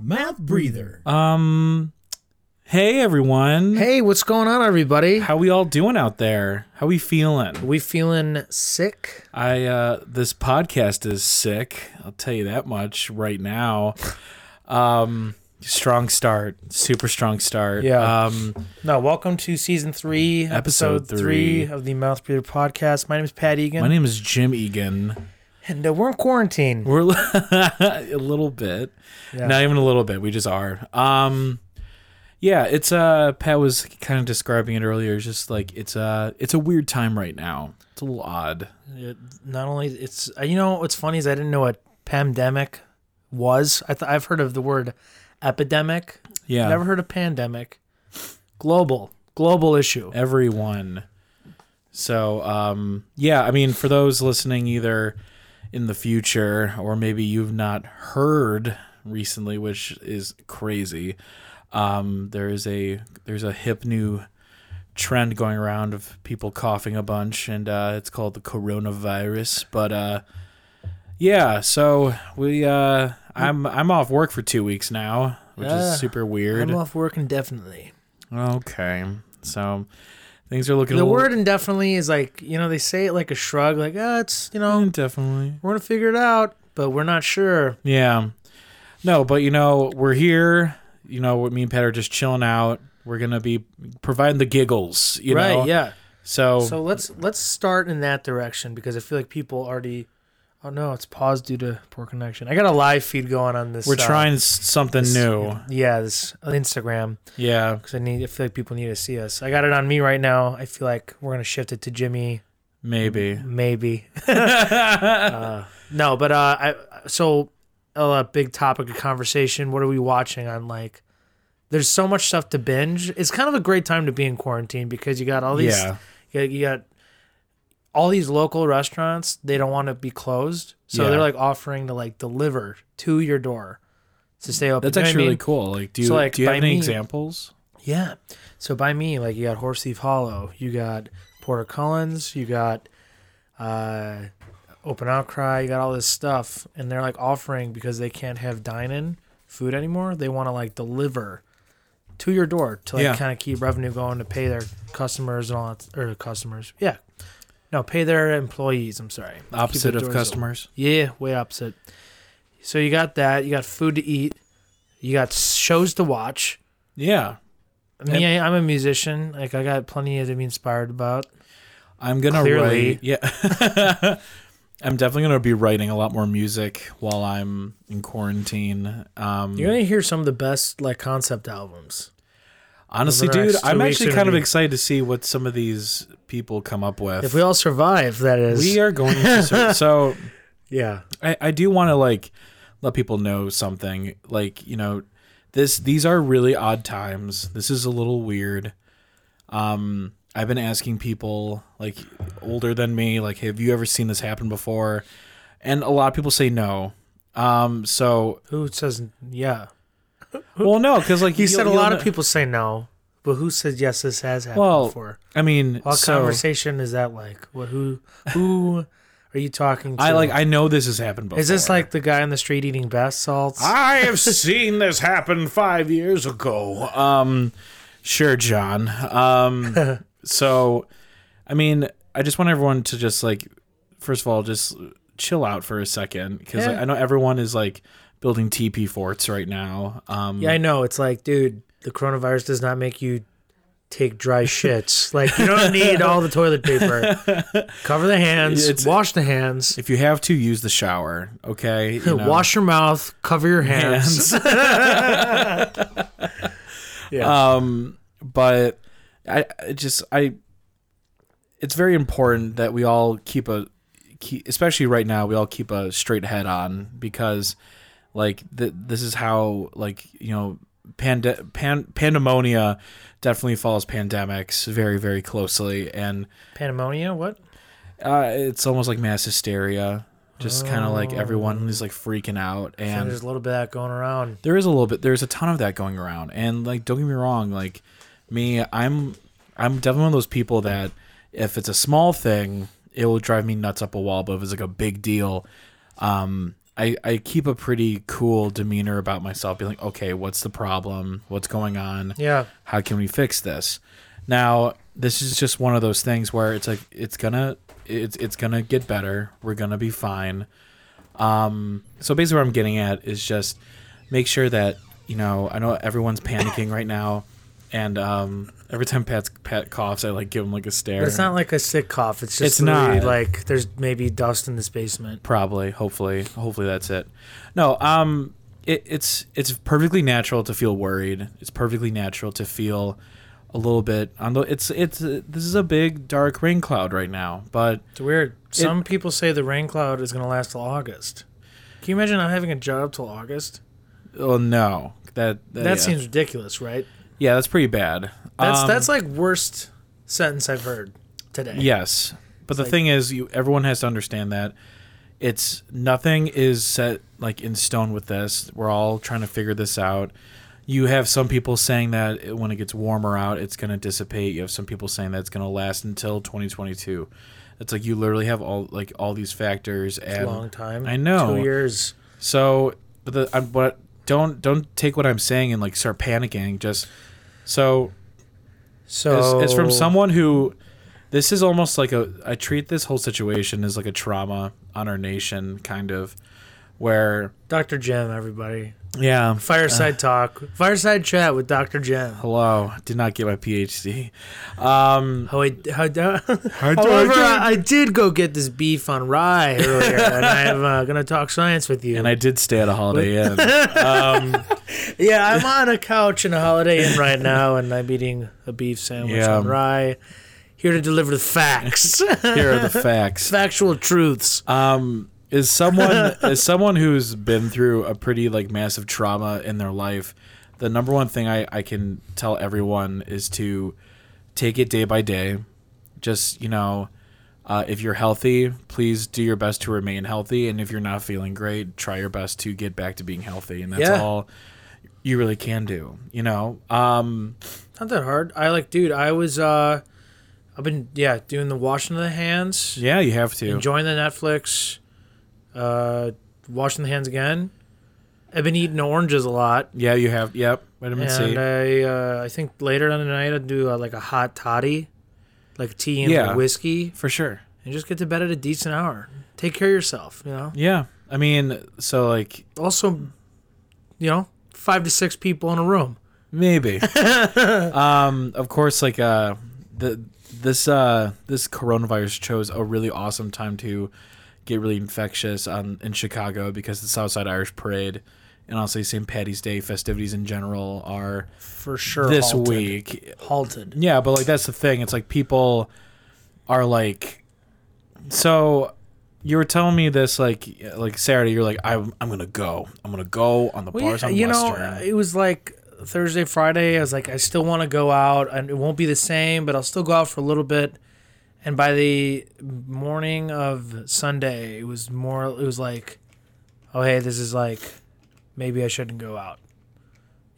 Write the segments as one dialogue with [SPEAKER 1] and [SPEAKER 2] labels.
[SPEAKER 1] mouth breather.
[SPEAKER 2] Um, hey everyone.
[SPEAKER 3] Hey, what's going on, everybody?
[SPEAKER 2] How we all doing out there? How we feeling?
[SPEAKER 3] We feeling sick?
[SPEAKER 2] I uh this podcast is sick. I'll tell you that much right now. Um strong start. Super strong start.
[SPEAKER 3] Yeah.
[SPEAKER 2] Um
[SPEAKER 3] No, welcome to season three,
[SPEAKER 2] Episode
[SPEAKER 3] episode,
[SPEAKER 2] three.
[SPEAKER 3] three. of the Mouth Breather podcast. My name is Pat Egan,
[SPEAKER 2] my name is Jim Egan.
[SPEAKER 3] and uh, we're in quarantine.
[SPEAKER 2] We're a little bit.
[SPEAKER 3] Yeah.
[SPEAKER 2] Not even a little bit. We just are. Um yeah, it's uh Pat was kind of describing it earlier. It's just like it's uh it's a weird time right now. It's a little odd.
[SPEAKER 3] It- not only it's uh, you know what's funny is I didn't know what pandemic was. I th- I've heard of the word epidemic.
[SPEAKER 2] Yeah.
[SPEAKER 3] Never heard of pandemic. Global, global issue.
[SPEAKER 2] everyone. So, um, yeah, I mean, for those listening either in the future or maybe you've not heard recently, which is crazy, um, there is a there's a hip new trend going around of people coughing a bunch, and uh, it's called the coronavirus. But uh, yeah, so we uh, I'm I'm off work for two weeks now, which
[SPEAKER 3] Yeah,
[SPEAKER 2] is super weird.
[SPEAKER 3] I'm off work indefinitely.
[SPEAKER 2] Okay. So things are looking
[SPEAKER 3] The
[SPEAKER 2] a little-
[SPEAKER 3] word indefinitely is like you know they say it like a shrug, like ah, it's you know
[SPEAKER 2] Mm, definitely.
[SPEAKER 3] we're gonna figure it out, but we're not sure.
[SPEAKER 2] Yeah. No, but you know, we're here, you know, me and Pat are just chilling out. We're going to be providing the giggles, you
[SPEAKER 3] right?
[SPEAKER 2] know.
[SPEAKER 3] Yeah.
[SPEAKER 2] So,
[SPEAKER 3] So let's let's start in that direction because I feel like people already. Oh no, it's paused due to poor connection. I got a live feed going on this.
[SPEAKER 2] we're
[SPEAKER 3] uh,
[SPEAKER 2] trying s- something
[SPEAKER 3] this-
[SPEAKER 2] new.
[SPEAKER 3] Yeah, this on Instagram
[SPEAKER 2] Yeah.
[SPEAKER 3] because I need. I feel like people need to see us. I got it on me right now. I feel like we're gonna shift it to Jimmy.
[SPEAKER 2] Maybe.
[SPEAKER 3] Maybe. uh, no, but uh, I so a big topic of conversation. What are we watching on like? There's so much stuff to binge. It's kind of a great time to be in quarantine because you got all these.
[SPEAKER 2] yeah.
[SPEAKER 3] You got, you got all these local restaurants. They don't want to be closed, so
[SPEAKER 2] Yeah.
[SPEAKER 3] they're like offering to like deliver to your door to stay open.
[SPEAKER 2] That's
[SPEAKER 3] You know what I
[SPEAKER 2] actually really
[SPEAKER 3] mean?
[SPEAKER 2] cool. Like, do you
[SPEAKER 3] So, like,
[SPEAKER 2] do you have
[SPEAKER 3] by
[SPEAKER 2] any
[SPEAKER 3] me-
[SPEAKER 2] examples?
[SPEAKER 3] Yeah. So by me, like you got Horse Thief Hollow, you got Porter Collins, you got uh, Open Outcry, you got all this stuff, and they're like offering because they can't have dine-in food anymore. They want to like deliver to your door to like
[SPEAKER 2] Yeah.
[SPEAKER 3] kind of keep revenue going to pay their customers and all that, or customers. Yeah. No, pay their employees. I'm sorry. Keep
[SPEAKER 2] Opposite
[SPEAKER 3] their
[SPEAKER 2] of
[SPEAKER 3] doors open.
[SPEAKER 2] customers.
[SPEAKER 3] Yeah, way opposite. So you got that. You got food to eat. You got shows to watch.
[SPEAKER 2] Yeah.
[SPEAKER 3] Me, I, I'm a musician. Like I got plenty to be inspired about.
[SPEAKER 2] I'm gonna
[SPEAKER 3] Clearly.
[SPEAKER 2] write. Yeah, I'm definitely gonna be writing a lot more music while I'm in quarantine. Um,
[SPEAKER 3] You're gonna hear some of the best like concept albums.
[SPEAKER 2] honestly,
[SPEAKER 3] over the
[SPEAKER 2] dude,
[SPEAKER 3] next two
[SPEAKER 2] I'm
[SPEAKER 3] weeks,
[SPEAKER 2] actually
[SPEAKER 3] it'll
[SPEAKER 2] kind of
[SPEAKER 3] be-
[SPEAKER 2] excited to see what some of these people come up with.
[SPEAKER 3] If we all survive, that is.
[SPEAKER 2] we are going to sur- so
[SPEAKER 3] Yeah.
[SPEAKER 2] I, I do want to like let people know something like you know this these are really odd times this is a little weird um i've been asking people like older than me like have you ever seen this happen before and a lot of people say no um so
[SPEAKER 3] Who says yeah?
[SPEAKER 2] well no because like
[SPEAKER 3] You
[SPEAKER 2] you'll-
[SPEAKER 3] said a
[SPEAKER 2] you'll
[SPEAKER 3] lot
[SPEAKER 2] kn-
[SPEAKER 3] of people say no, but who says yes? This has happened
[SPEAKER 2] Well,
[SPEAKER 3] before.
[SPEAKER 2] i mean
[SPEAKER 3] What
[SPEAKER 2] so
[SPEAKER 3] conversation is that like? What who who are you talking to?
[SPEAKER 2] i like i know this has happened before
[SPEAKER 3] Is this like the guy on the street eating bath salts?
[SPEAKER 2] I have seen this happen five years ago. Um, sure, John. Um, so, I mean, I just want everyone to just like, first of all, just chill out for a second because
[SPEAKER 3] Yeah.
[SPEAKER 2] I know everyone is like building TP forts right now. Um,
[SPEAKER 3] Yeah, I know. It's like, dude, the coronavirus does not make you take dry shits. like, you don't need all the toilet paper. Cover the hands,
[SPEAKER 2] It's-
[SPEAKER 3] wash the hands,
[SPEAKER 2] If you have to, use the shower. Okay. You know?
[SPEAKER 3] wash your mouth, cover your hands. yeah.
[SPEAKER 2] um but I, I just i it's very important that we all keep a keep, especially right now we all keep a straight head on because like th- this is how like you know pande- pan- pandemonia definitely follows pandemics very very closely and
[SPEAKER 3] Pandemonia, what?
[SPEAKER 2] uh, it's almost like mass hysteria just kind of like everyone is like freaking out
[SPEAKER 3] Oh. So
[SPEAKER 2] and
[SPEAKER 3] there's a little bit of that going around.
[SPEAKER 2] there is a little bit there's a ton of that going around and like don't get me wrong like me i'm i'm definitely one of those people that if it's a small thing it will drive me nuts up a wall but if it's like a big deal um I, I keep a pretty cool demeanor about myself, being like, okay, what's the problem? What's going on?
[SPEAKER 3] Yeah.
[SPEAKER 2] How can we fix this? Now, this is just one of those things where it's like it's gonna it's it's gonna get better. We're gonna be fine. Um, so basically, what I'm getting at is just make sure that you know. I know everyone's panicking right now, and um, every time Pat's, Pat coughs, I like give him like a stare.
[SPEAKER 3] But it's not like a sick cough. It's
[SPEAKER 2] It's
[SPEAKER 3] just literally
[SPEAKER 2] not.
[SPEAKER 3] like there's maybe dust in this basement.
[SPEAKER 2] probably hopefully hopefully that's it no um it, it's it's perfectly natural to feel worried it's perfectly natural to feel a little bit on the it's it's uh, this is a big dark rain cloud right now but
[SPEAKER 3] It's weird. Some people say the rain cloud is going to last till August. Can you imagine not having a job till August?
[SPEAKER 2] oh no that that,
[SPEAKER 3] that
[SPEAKER 2] Uh, yeah.
[SPEAKER 3] seems ridiculous, right?
[SPEAKER 2] yeah that's pretty bad
[SPEAKER 3] That's
[SPEAKER 2] Um,
[SPEAKER 3] that's like worst sentence I've heard today.
[SPEAKER 2] yes but the
[SPEAKER 3] like-
[SPEAKER 2] thing is you everyone has to understand that it's nothing is set like in stone with this we're all trying to figure this out you have some people saying that it- when it gets warmer out, it's going to dissipate. You have some people saying that it's going to last until 2022. It's like you literally have all like all these factors
[SPEAKER 3] It's
[SPEAKER 2] and
[SPEAKER 3] a long time.
[SPEAKER 2] I know.
[SPEAKER 3] Two years.
[SPEAKER 2] so but the I'm, but don't don't take what I'm saying and like start panicking. Just so
[SPEAKER 3] So
[SPEAKER 2] it's, it's from someone who this is almost like a I treat this whole situation as like a trauma on our nation kind of where
[SPEAKER 3] Dr. Jim, everybody.
[SPEAKER 2] yeah
[SPEAKER 3] Fireside
[SPEAKER 2] Uh.
[SPEAKER 3] talk. Fireside chat with Dr. Jim.
[SPEAKER 2] hello did not get my PhD um
[SPEAKER 3] How I, how, however, I, I did go get this beef on rye earlier, and I'm uh, gonna talk science with you.
[SPEAKER 2] and I did stay at a Holiday Inn. Um,
[SPEAKER 3] yeah, I'm on a couch in a Holiday Inn right now, and I'm eating a beef sandwich
[SPEAKER 2] Yeah.
[SPEAKER 3] on rye. Here to deliver the facts,
[SPEAKER 2] here are the facts.
[SPEAKER 3] factual truths.
[SPEAKER 2] Um, is someone is someone who's been through a pretty like massive trauma in their life, the number one thing I, I can tell everyone is to take it day by day. Just you know, uh, if you're healthy, please do your best to remain healthy, and if you're not feeling great, try your best to get back to being healthy, and that's
[SPEAKER 3] Yeah.
[SPEAKER 2] all you really can do. You know, um,
[SPEAKER 3] Not that hard. I like, dude. I was, uh I've been, yeah, doing the washing of the hands.
[SPEAKER 2] yeah, you have to.
[SPEAKER 3] enjoying the Netflix, uh, washing the hands again. I've been eating oranges a lot,
[SPEAKER 2] Yeah, you have. Yep, vitamin C.
[SPEAKER 3] and I uh, I think later on tonight I'll do uh, like a hot toddy, like tea and
[SPEAKER 2] Yeah.
[SPEAKER 3] whiskey,
[SPEAKER 2] For sure.
[SPEAKER 3] and just get to bed at a decent hour. Take care of yourself, you know.
[SPEAKER 2] Yeah. I mean, so like
[SPEAKER 3] Also, you know, five to six people in a room.
[SPEAKER 2] maybe. um, of course, like uh, the this uh this coronavirus chose a really awesome time to get really infectious on in Chicago because the Southside Irish Parade and also St. Patty's Day festivities in general are
[SPEAKER 3] For sure.
[SPEAKER 2] this
[SPEAKER 3] halted.
[SPEAKER 2] week.
[SPEAKER 3] Halted.
[SPEAKER 2] Yeah, but like that's the thing. It's like people are like, so you were telling me this like like Saturday. You're like, I'm I'm gonna go. I'm gonna go on the
[SPEAKER 3] Well,
[SPEAKER 2] bars
[SPEAKER 3] yeah,
[SPEAKER 2] on
[SPEAKER 3] you know,
[SPEAKER 2] Western.
[SPEAKER 3] it was like Thursday, Friday. I was like, I still want to go out, and it won't be the same, but I'll still go out for a little bit. And by the morning of Sunday, it was more. It was like, oh hey, this is like, maybe I shouldn't go out.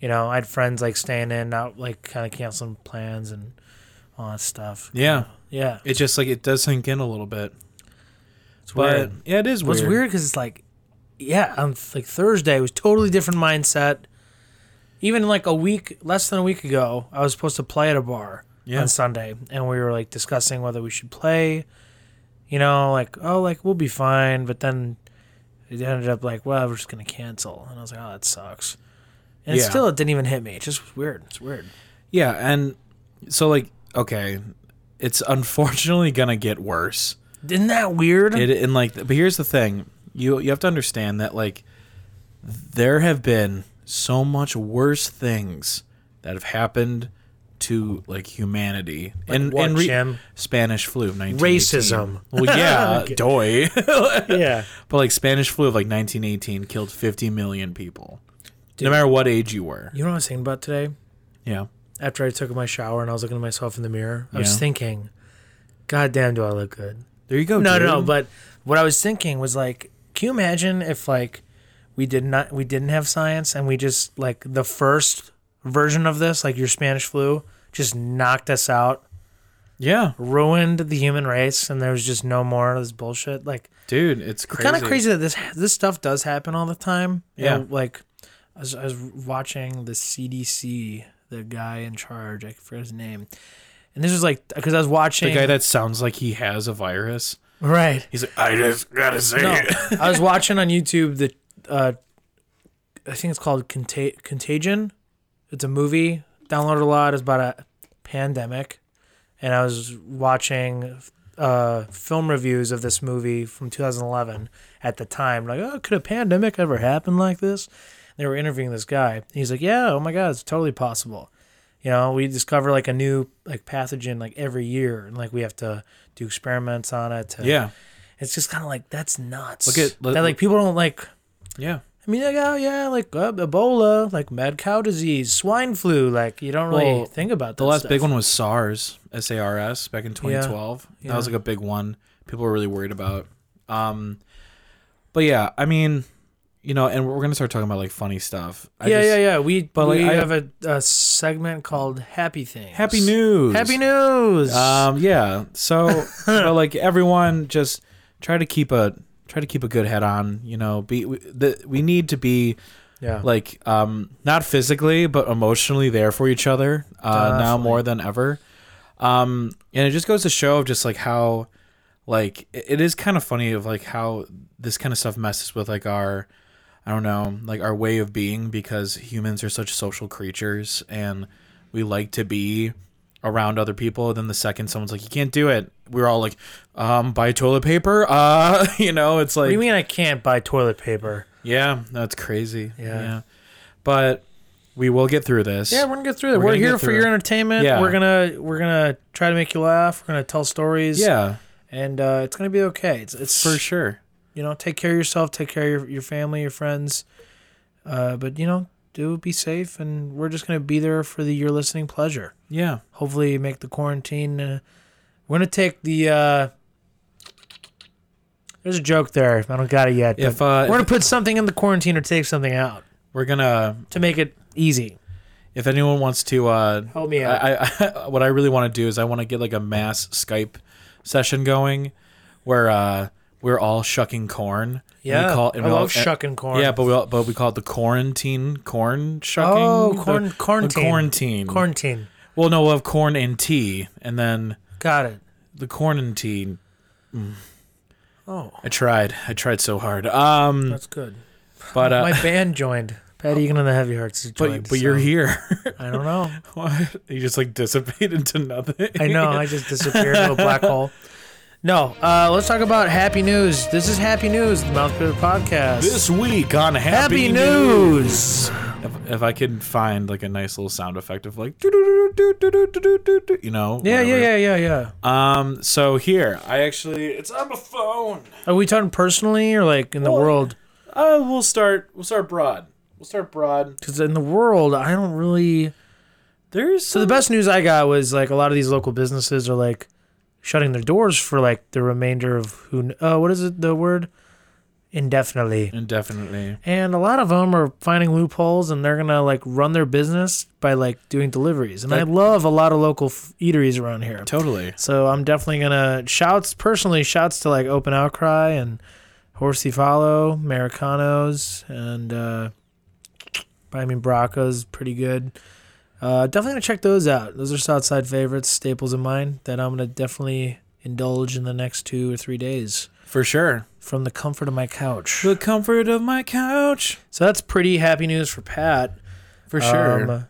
[SPEAKER 3] You know, I had friends like staying in, not like kind of canceling plans and all that stuff.
[SPEAKER 2] yeah,
[SPEAKER 3] Yeah,
[SPEAKER 2] it just like it does sink in a little bit.
[SPEAKER 3] it's
[SPEAKER 2] But
[SPEAKER 3] weird.
[SPEAKER 2] yeah, it is
[SPEAKER 3] It was
[SPEAKER 2] weird.
[SPEAKER 3] weird because it's like, yeah, on th- like Thursday it was totally different mindset. Even like a week, less than a week ago, I was supposed to play at a bar
[SPEAKER 2] Yeah.
[SPEAKER 3] on Sunday, and we were like discussing whether we should play. You know, like oh, like we'll be fine, but then it ended up like, well, we're just gonna cancel, and I was like, oh, that sucks. And it
[SPEAKER 2] Yeah.
[SPEAKER 3] still, it didn't even hit me. It just was weird. It's weird.
[SPEAKER 2] Yeah, and so like okay, it's unfortunately gonna get worse.
[SPEAKER 3] Isn't that weird?
[SPEAKER 2] It and like, but here's the thing: you you have to understand that like, there have been so much worse things that have happened to like humanity and
[SPEAKER 3] what,
[SPEAKER 2] and re-
[SPEAKER 3] Jim?
[SPEAKER 2] Spanish flu, 1918.
[SPEAKER 3] Racism.
[SPEAKER 2] Well, yeah, doy.
[SPEAKER 3] yeah.
[SPEAKER 2] but like Spanish flu of like 1918 killed 50 million people, no matter what age you were.
[SPEAKER 3] You know what I was thinking about today?
[SPEAKER 2] Yeah,
[SPEAKER 3] after I took my shower and I was looking at myself in the mirror, I was
[SPEAKER 2] Yeah.
[SPEAKER 3] thinking, God damn, do I look good?
[SPEAKER 2] there you go.
[SPEAKER 3] No,
[SPEAKER 2] Oh, dude.
[SPEAKER 3] no, but what I was thinking was like, can you imagine if like we did not we didn't have science and we just like the first version of this, like your Spanish flu, just knocked us out
[SPEAKER 2] Yeah,
[SPEAKER 3] ruined the human race, and there was just no more of this bullshit. Like,
[SPEAKER 2] dude, it's
[SPEAKER 3] it's
[SPEAKER 2] crazy.
[SPEAKER 3] kind of crazy that this this stuff does happen all the time. You
[SPEAKER 2] Yeah.
[SPEAKER 3] know, like I was, I was watching the CDC, the guy in charge, I forget his name, and this was like because I was watching
[SPEAKER 2] The guy that sounds like he has a virus.
[SPEAKER 3] right.
[SPEAKER 2] He's like, I just gotta say
[SPEAKER 3] No,
[SPEAKER 2] it.
[SPEAKER 3] I was watching on YouTube the, uh, I think it's called Conta- Contagion. It's a movie. Downloaded a lot. It's about a pandemic, and I was watching uh, film reviews of this movie from 2011 at the time. Like, oh, could a pandemic ever happen like this? they were interviewing this guy. And he's like, yeah, oh my god, it's totally possible. You know, we discover like a new like pathogen like every year, and like we have to do experiments on it to
[SPEAKER 2] Yeah,
[SPEAKER 3] it's just kind of like that's nuts.
[SPEAKER 2] Look at-
[SPEAKER 3] that, like people don't like.
[SPEAKER 2] yeah.
[SPEAKER 3] I mean, like, oh yeah, like uh, Ebola, like mad cow disease, swine flu. Like you don't really
[SPEAKER 2] Well,
[SPEAKER 3] think about
[SPEAKER 2] The
[SPEAKER 3] that
[SPEAKER 2] last
[SPEAKER 3] stuff.
[SPEAKER 2] big one was SARS, S A R S, back in 2012.
[SPEAKER 3] Yeah.
[SPEAKER 2] That was like a big one. People were really worried about. Um, but yeah, I mean, you know, and we're gonna start talking about like funny stuff. I
[SPEAKER 3] yeah,
[SPEAKER 2] just-
[SPEAKER 3] yeah, yeah. We but
[SPEAKER 2] like,
[SPEAKER 3] we
[SPEAKER 2] I-
[SPEAKER 3] have a, a segment called Happy Things.
[SPEAKER 2] Happy news.
[SPEAKER 3] Happy news.
[SPEAKER 2] Um, yeah. So, so, like everyone, just try to keep a try to keep a good head on. You know, be we, the, we need to be
[SPEAKER 3] yeah.
[SPEAKER 2] like um not physically but emotionally there for each other uh now
[SPEAKER 3] Definitely.
[SPEAKER 2] more than ever um and it just goes to show of just like how like it- it is kind of funny of like how this kind of stuff messes with like our i don't know like our way of being because humans are such social creatures and we like to be around other people then the second someone's like you can't do it we're all like um buy toilet paper uh you know it's like
[SPEAKER 3] what do you mean I can't buy toilet paper?
[SPEAKER 2] yeah, that's crazy.
[SPEAKER 3] Yeah.
[SPEAKER 2] But we will get through this.
[SPEAKER 3] Yeah, we're gonna get through it.
[SPEAKER 2] We're
[SPEAKER 3] We're,
[SPEAKER 2] gonna get
[SPEAKER 3] here for
[SPEAKER 2] through
[SPEAKER 3] your
[SPEAKER 2] it.
[SPEAKER 3] entertainment.
[SPEAKER 2] Yeah.
[SPEAKER 3] We're gonna we're gonna try to make you laugh. We're gonna tell stories.
[SPEAKER 2] Yeah,
[SPEAKER 3] and uh, it's gonna be okay. It's it's
[SPEAKER 2] for sure.
[SPEAKER 3] you know, take care of yourself, take care of your, your family, your friends. Uh, but you know, do be safe, and we're just gonna be there for the your listening pleasure.
[SPEAKER 2] Yeah.
[SPEAKER 3] Hopefully, make the quarantine. Uh, we're gonna take the. Uh, there's a joke there. I don't got it yet.
[SPEAKER 2] If
[SPEAKER 3] but
[SPEAKER 2] uh,
[SPEAKER 3] we're gonna put something in the quarantine or take something out
[SPEAKER 2] we're gonna,
[SPEAKER 3] to make it easy.
[SPEAKER 2] if anyone wants to, uh,
[SPEAKER 3] Help me out.
[SPEAKER 2] I, I what I really want to do is I want to get like a mass Skype session going, where uh we're all shucking corn. and we
[SPEAKER 3] yeah,
[SPEAKER 2] call- and
[SPEAKER 3] I
[SPEAKER 2] we all-
[SPEAKER 3] love shucking corn.
[SPEAKER 2] Yeah, but we all, but we call it the quarantine corn shucking.
[SPEAKER 3] oh,
[SPEAKER 2] The-
[SPEAKER 3] corn,
[SPEAKER 2] the
[SPEAKER 3] quarantine,
[SPEAKER 2] quarantine.
[SPEAKER 3] quarantine.
[SPEAKER 2] Well, no, we'll have corn and tea, and then
[SPEAKER 3] Got it.
[SPEAKER 2] the corn and tea.
[SPEAKER 3] Oh,
[SPEAKER 2] I tried. I tried so hard. Um,
[SPEAKER 3] that's good.
[SPEAKER 2] but uh,
[SPEAKER 3] My band joined. Pat Egan and the Heavy Hearts joined.
[SPEAKER 2] But, but you're
[SPEAKER 3] so
[SPEAKER 2] here.
[SPEAKER 3] I don't know.
[SPEAKER 2] What? You just like dissipate into nothing.
[SPEAKER 3] I know. I just disappeared into a black hole. No, uh, let's talk about happy news. This is happy news, the Mouth Bitter Podcast.
[SPEAKER 2] This week on Happy,
[SPEAKER 3] happy, news.
[SPEAKER 2] If, if I could find like a nice little sound effect of like, doo-doo-doo-doo-doo-doo-doo-doo-doo, you know?
[SPEAKER 3] Yeah, yeah, yeah, yeah, yeah.
[SPEAKER 2] yeah. Um. So here, I actually, it's on my phone.
[SPEAKER 3] Are we talking personally or like in the
[SPEAKER 2] Well-
[SPEAKER 3] world?
[SPEAKER 2] Uh, we'll start. We'll start broad. We'll start broad.
[SPEAKER 3] Because in the world, I don't really.
[SPEAKER 2] There's
[SPEAKER 3] So the best news I got was like a lot of these local businesses are like shutting their doors for like the remainder of who? Uh, what is it? The word indefinitely.
[SPEAKER 2] indefinitely.
[SPEAKER 3] And a lot of them are finding loopholes and they're going to like run their business by like doing deliveries. And I
[SPEAKER 2] That-
[SPEAKER 3] love a lot of local f- eateries around here.
[SPEAKER 2] Totally.
[SPEAKER 3] So I'm definitely going to shouts personally shouts to like Open Outcry and Horsey Follow, Americanos and uh I mean Bracca's pretty good. Uh definitely going to check those out. Those are Southside favorites, staples of mine that I'm going to definitely indulge in the next 2 or 3 days
[SPEAKER 2] For sure.
[SPEAKER 3] from the comfort of my couch.
[SPEAKER 2] The comfort of my couch.
[SPEAKER 3] So that's pretty happy news for Pat.
[SPEAKER 2] For sure.
[SPEAKER 3] Um,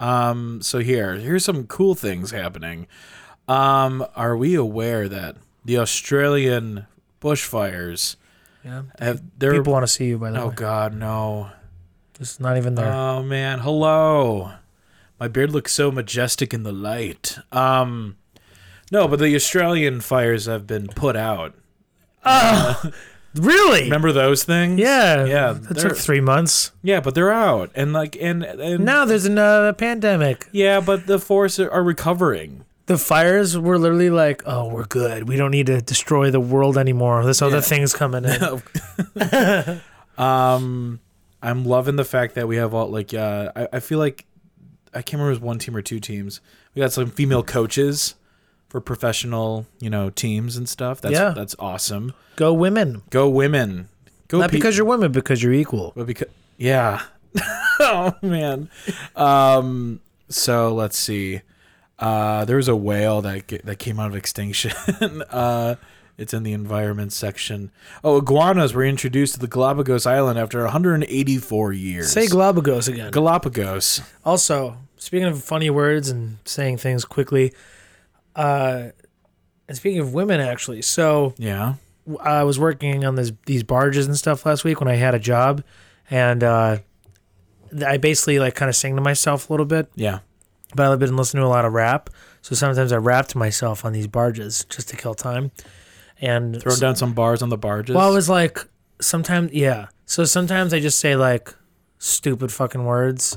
[SPEAKER 2] Um, so here, here's some cool things happening. Um, are we aware that the Australian bushfires
[SPEAKER 3] yeah.
[SPEAKER 2] have they're
[SPEAKER 3] People want to see you, by the
[SPEAKER 2] Oh
[SPEAKER 3] way.
[SPEAKER 2] god, no.
[SPEAKER 3] It's not even there.
[SPEAKER 2] Oh man, hello. My beard looks so majestic in the light. Um no, but the Australian fires have been put out.
[SPEAKER 3] really?
[SPEAKER 2] Remember those things?
[SPEAKER 3] yeah.
[SPEAKER 2] Yeah,
[SPEAKER 3] That
[SPEAKER 2] they're-
[SPEAKER 3] took three months.
[SPEAKER 2] Yeah, but they're out. And like and, and
[SPEAKER 3] Now there's another pandemic.
[SPEAKER 2] yeah, but the forests are- are recovering.
[SPEAKER 3] The fires were literally like, oh, we're good. We don't need to destroy the world anymore. This other
[SPEAKER 2] Yeah.
[SPEAKER 3] thing's coming in.
[SPEAKER 2] Um, I'm loving the fact that we have all like uh, I, I feel like I can't remember if it was one team or two teams. We got some female coaches for professional, you know, teams and stuff. That's
[SPEAKER 3] Yeah.
[SPEAKER 2] that's awesome.
[SPEAKER 3] Go women.
[SPEAKER 2] Go women. Go
[SPEAKER 3] Not
[SPEAKER 2] pe-
[SPEAKER 3] because you're women, because you're equal.
[SPEAKER 2] but because yeah. oh man. Um so let's see. Uh there was a whale that ge- that came out of extinction. uh it's in the environment section. Oh, iguanas were introduced to the Galapagos Island after 184 years.
[SPEAKER 3] Say Galapagos again.
[SPEAKER 2] Galapagos.
[SPEAKER 3] Also, speaking of funny words and saying things quickly, uh, and speaking of women, actually, so
[SPEAKER 2] Yeah.
[SPEAKER 3] w- I was working on this these barges and stuff last week when I had a job, and uh, th- I basically like kind of sing to myself a little bit,
[SPEAKER 2] Yeah.
[SPEAKER 3] but I've been listening to a lot of rap, so sometimes I rap to myself on these barges just to kill time, and
[SPEAKER 2] Throw down some bars on the barges.
[SPEAKER 3] well, I was like, sometimes, yeah. So sometimes I just say like stupid fucking words,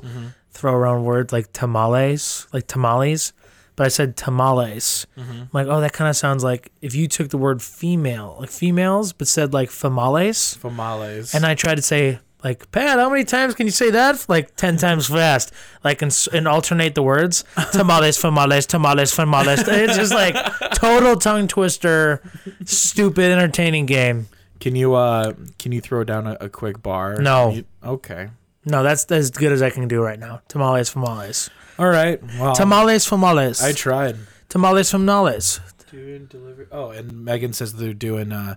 [SPEAKER 3] throw around words like tamales, like tamales. But I said tamales. I'm like, oh, that kind of sounds like if you took the word female, like females, but said like famales.
[SPEAKER 2] Famales.
[SPEAKER 3] And I tried to say like, Pat, how many times can you say that? Like ten times fast, like and, s- and alternate the words. Tamales, famales, tamales, famales. It's just like total tongue twister, stupid, entertaining game.
[SPEAKER 2] Can you uh can you throw down a, a quick bar?
[SPEAKER 3] No.
[SPEAKER 2] You- okay.
[SPEAKER 3] No, that's as good as I can do right now. Tamales, famales.
[SPEAKER 2] All right.
[SPEAKER 3] Um,
[SPEAKER 2] Well,
[SPEAKER 3] Tamales, famales.
[SPEAKER 2] I tried.
[SPEAKER 3] Tamales, famales.
[SPEAKER 2] Doing delivery. Oh, and Megan says they're doing uh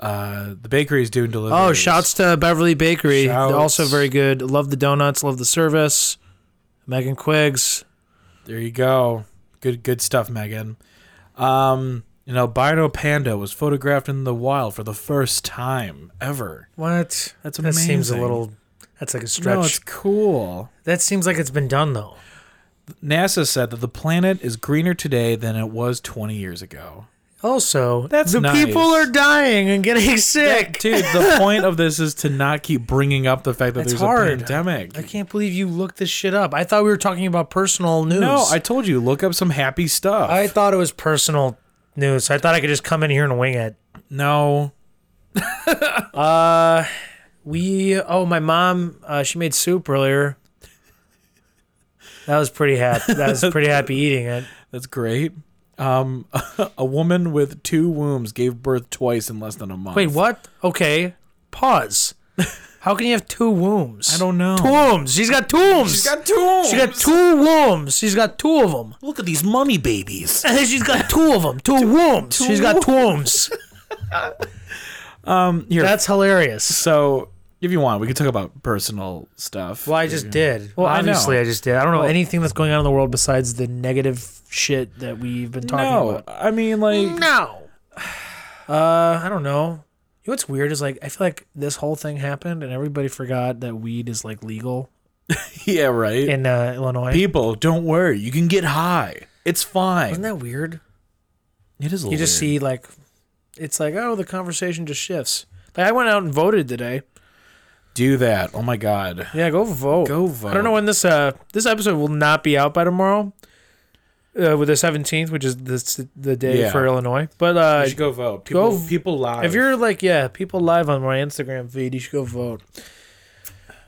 [SPEAKER 2] uh the bakery's doing delivery.
[SPEAKER 3] Oh, shouts to Beverly Bakery.
[SPEAKER 2] Shouts.
[SPEAKER 3] Also very good. Love the donuts, love the service. Megan Quiggs.
[SPEAKER 2] There you go. Good good stuff, Megan. Um an albino panda was photographed in the wild for the first time ever.
[SPEAKER 3] What?
[SPEAKER 2] That's
[SPEAKER 3] That
[SPEAKER 2] amazing.
[SPEAKER 3] seems a little. That's like a stretch.
[SPEAKER 2] No, it's cool.
[SPEAKER 3] that seems like it's been done though.
[SPEAKER 2] NASA said that the planet is greener today than it was 20 years ago.
[SPEAKER 3] Also,
[SPEAKER 2] That's
[SPEAKER 3] the
[SPEAKER 2] nice.
[SPEAKER 3] people are dying and getting sick.
[SPEAKER 2] Dude, the point of this is to not keep bringing up the fact that
[SPEAKER 3] It's
[SPEAKER 2] there's a
[SPEAKER 3] hard.
[SPEAKER 2] pandemic.
[SPEAKER 3] I can't believe you looked this shit up. I thought we were talking about personal news.
[SPEAKER 2] No, I told you, look up some happy stuff.
[SPEAKER 3] I thought it was personal news. I thought I could just come in here and wing it.
[SPEAKER 2] no.
[SPEAKER 3] Uh, we. Oh, my mom. Uh, she made soup earlier. That was pretty happy. That was pretty happy eating it.
[SPEAKER 2] That's great. Um, a woman with two wombs gave birth twice in less than a month.
[SPEAKER 3] Wait, what? Okay, pause. How can you have two wombs?
[SPEAKER 2] I don't know.
[SPEAKER 3] Two wombs. She's got two wombs.
[SPEAKER 2] She's got two. Wombs.
[SPEAKER 3] She got two wombs. She's got two of them.
[SPEAKER 2] Look at these mummy babies.
[SPEAKER 3] She's got two of them. Two wombs. She's got two wombs.
[SPEAKER 2] Um, here.
[SPEAKER 3] That's hilarious.
[SPEAKER 2] so, if you want, we could talk about personal stuff.
[SPEAKER 3] Well, I just did.
[SPEAKER 2] Well, I know.
[SPEAKER 3] obviously, I, just did. I don't know
[SPEAKER 2] Well-
[SPEAKER 3] anything that's going on in the world besides the negative shit that we've been talking
[SPEAKER 2] No,
[SPEAKER 3] about.
[SPEAKER 2] I mean like
[SPEAKER 3] No. Uh, I don't know. You know what's weird is like I feel like this whole thing happened and everybody forgot that weed is like legal
[SPEAKER 2] yeah, right.
[SPEAKER 3] in uh, Illinois.
[SPEAKER 2] People, don't worry. You can get high. It's fine.
[SPEAKER 3] Isn't that weird?
[SPEAKER 2] it is. A
[SPEAKER 3] You just see like it's like oh the conversation just shifts. Like I went out and voted today.
[SPEAKER 2] do that. Oh my god.
[SPEAKER 3] Yeah, go vote.
[SPEAKER 2] Go vote.
[SPEAKER 3] I don't know when this uh this episode will not be out by tomorrow. Uh, with the 17th, which is this the day
[SPEAKER 2] Yeah.
[SPEAKER 3] for Illinois. But uh
[SPEAKER 2] You should go vote.
[SPEAKER 3] Go
[SPEAKER 2] People,
[SPEAKER 3] v-
[SPEAKER 2] people live.
[SPEAKER 3] If you're like, yeah, people live on my Instagram feed, you should go vote.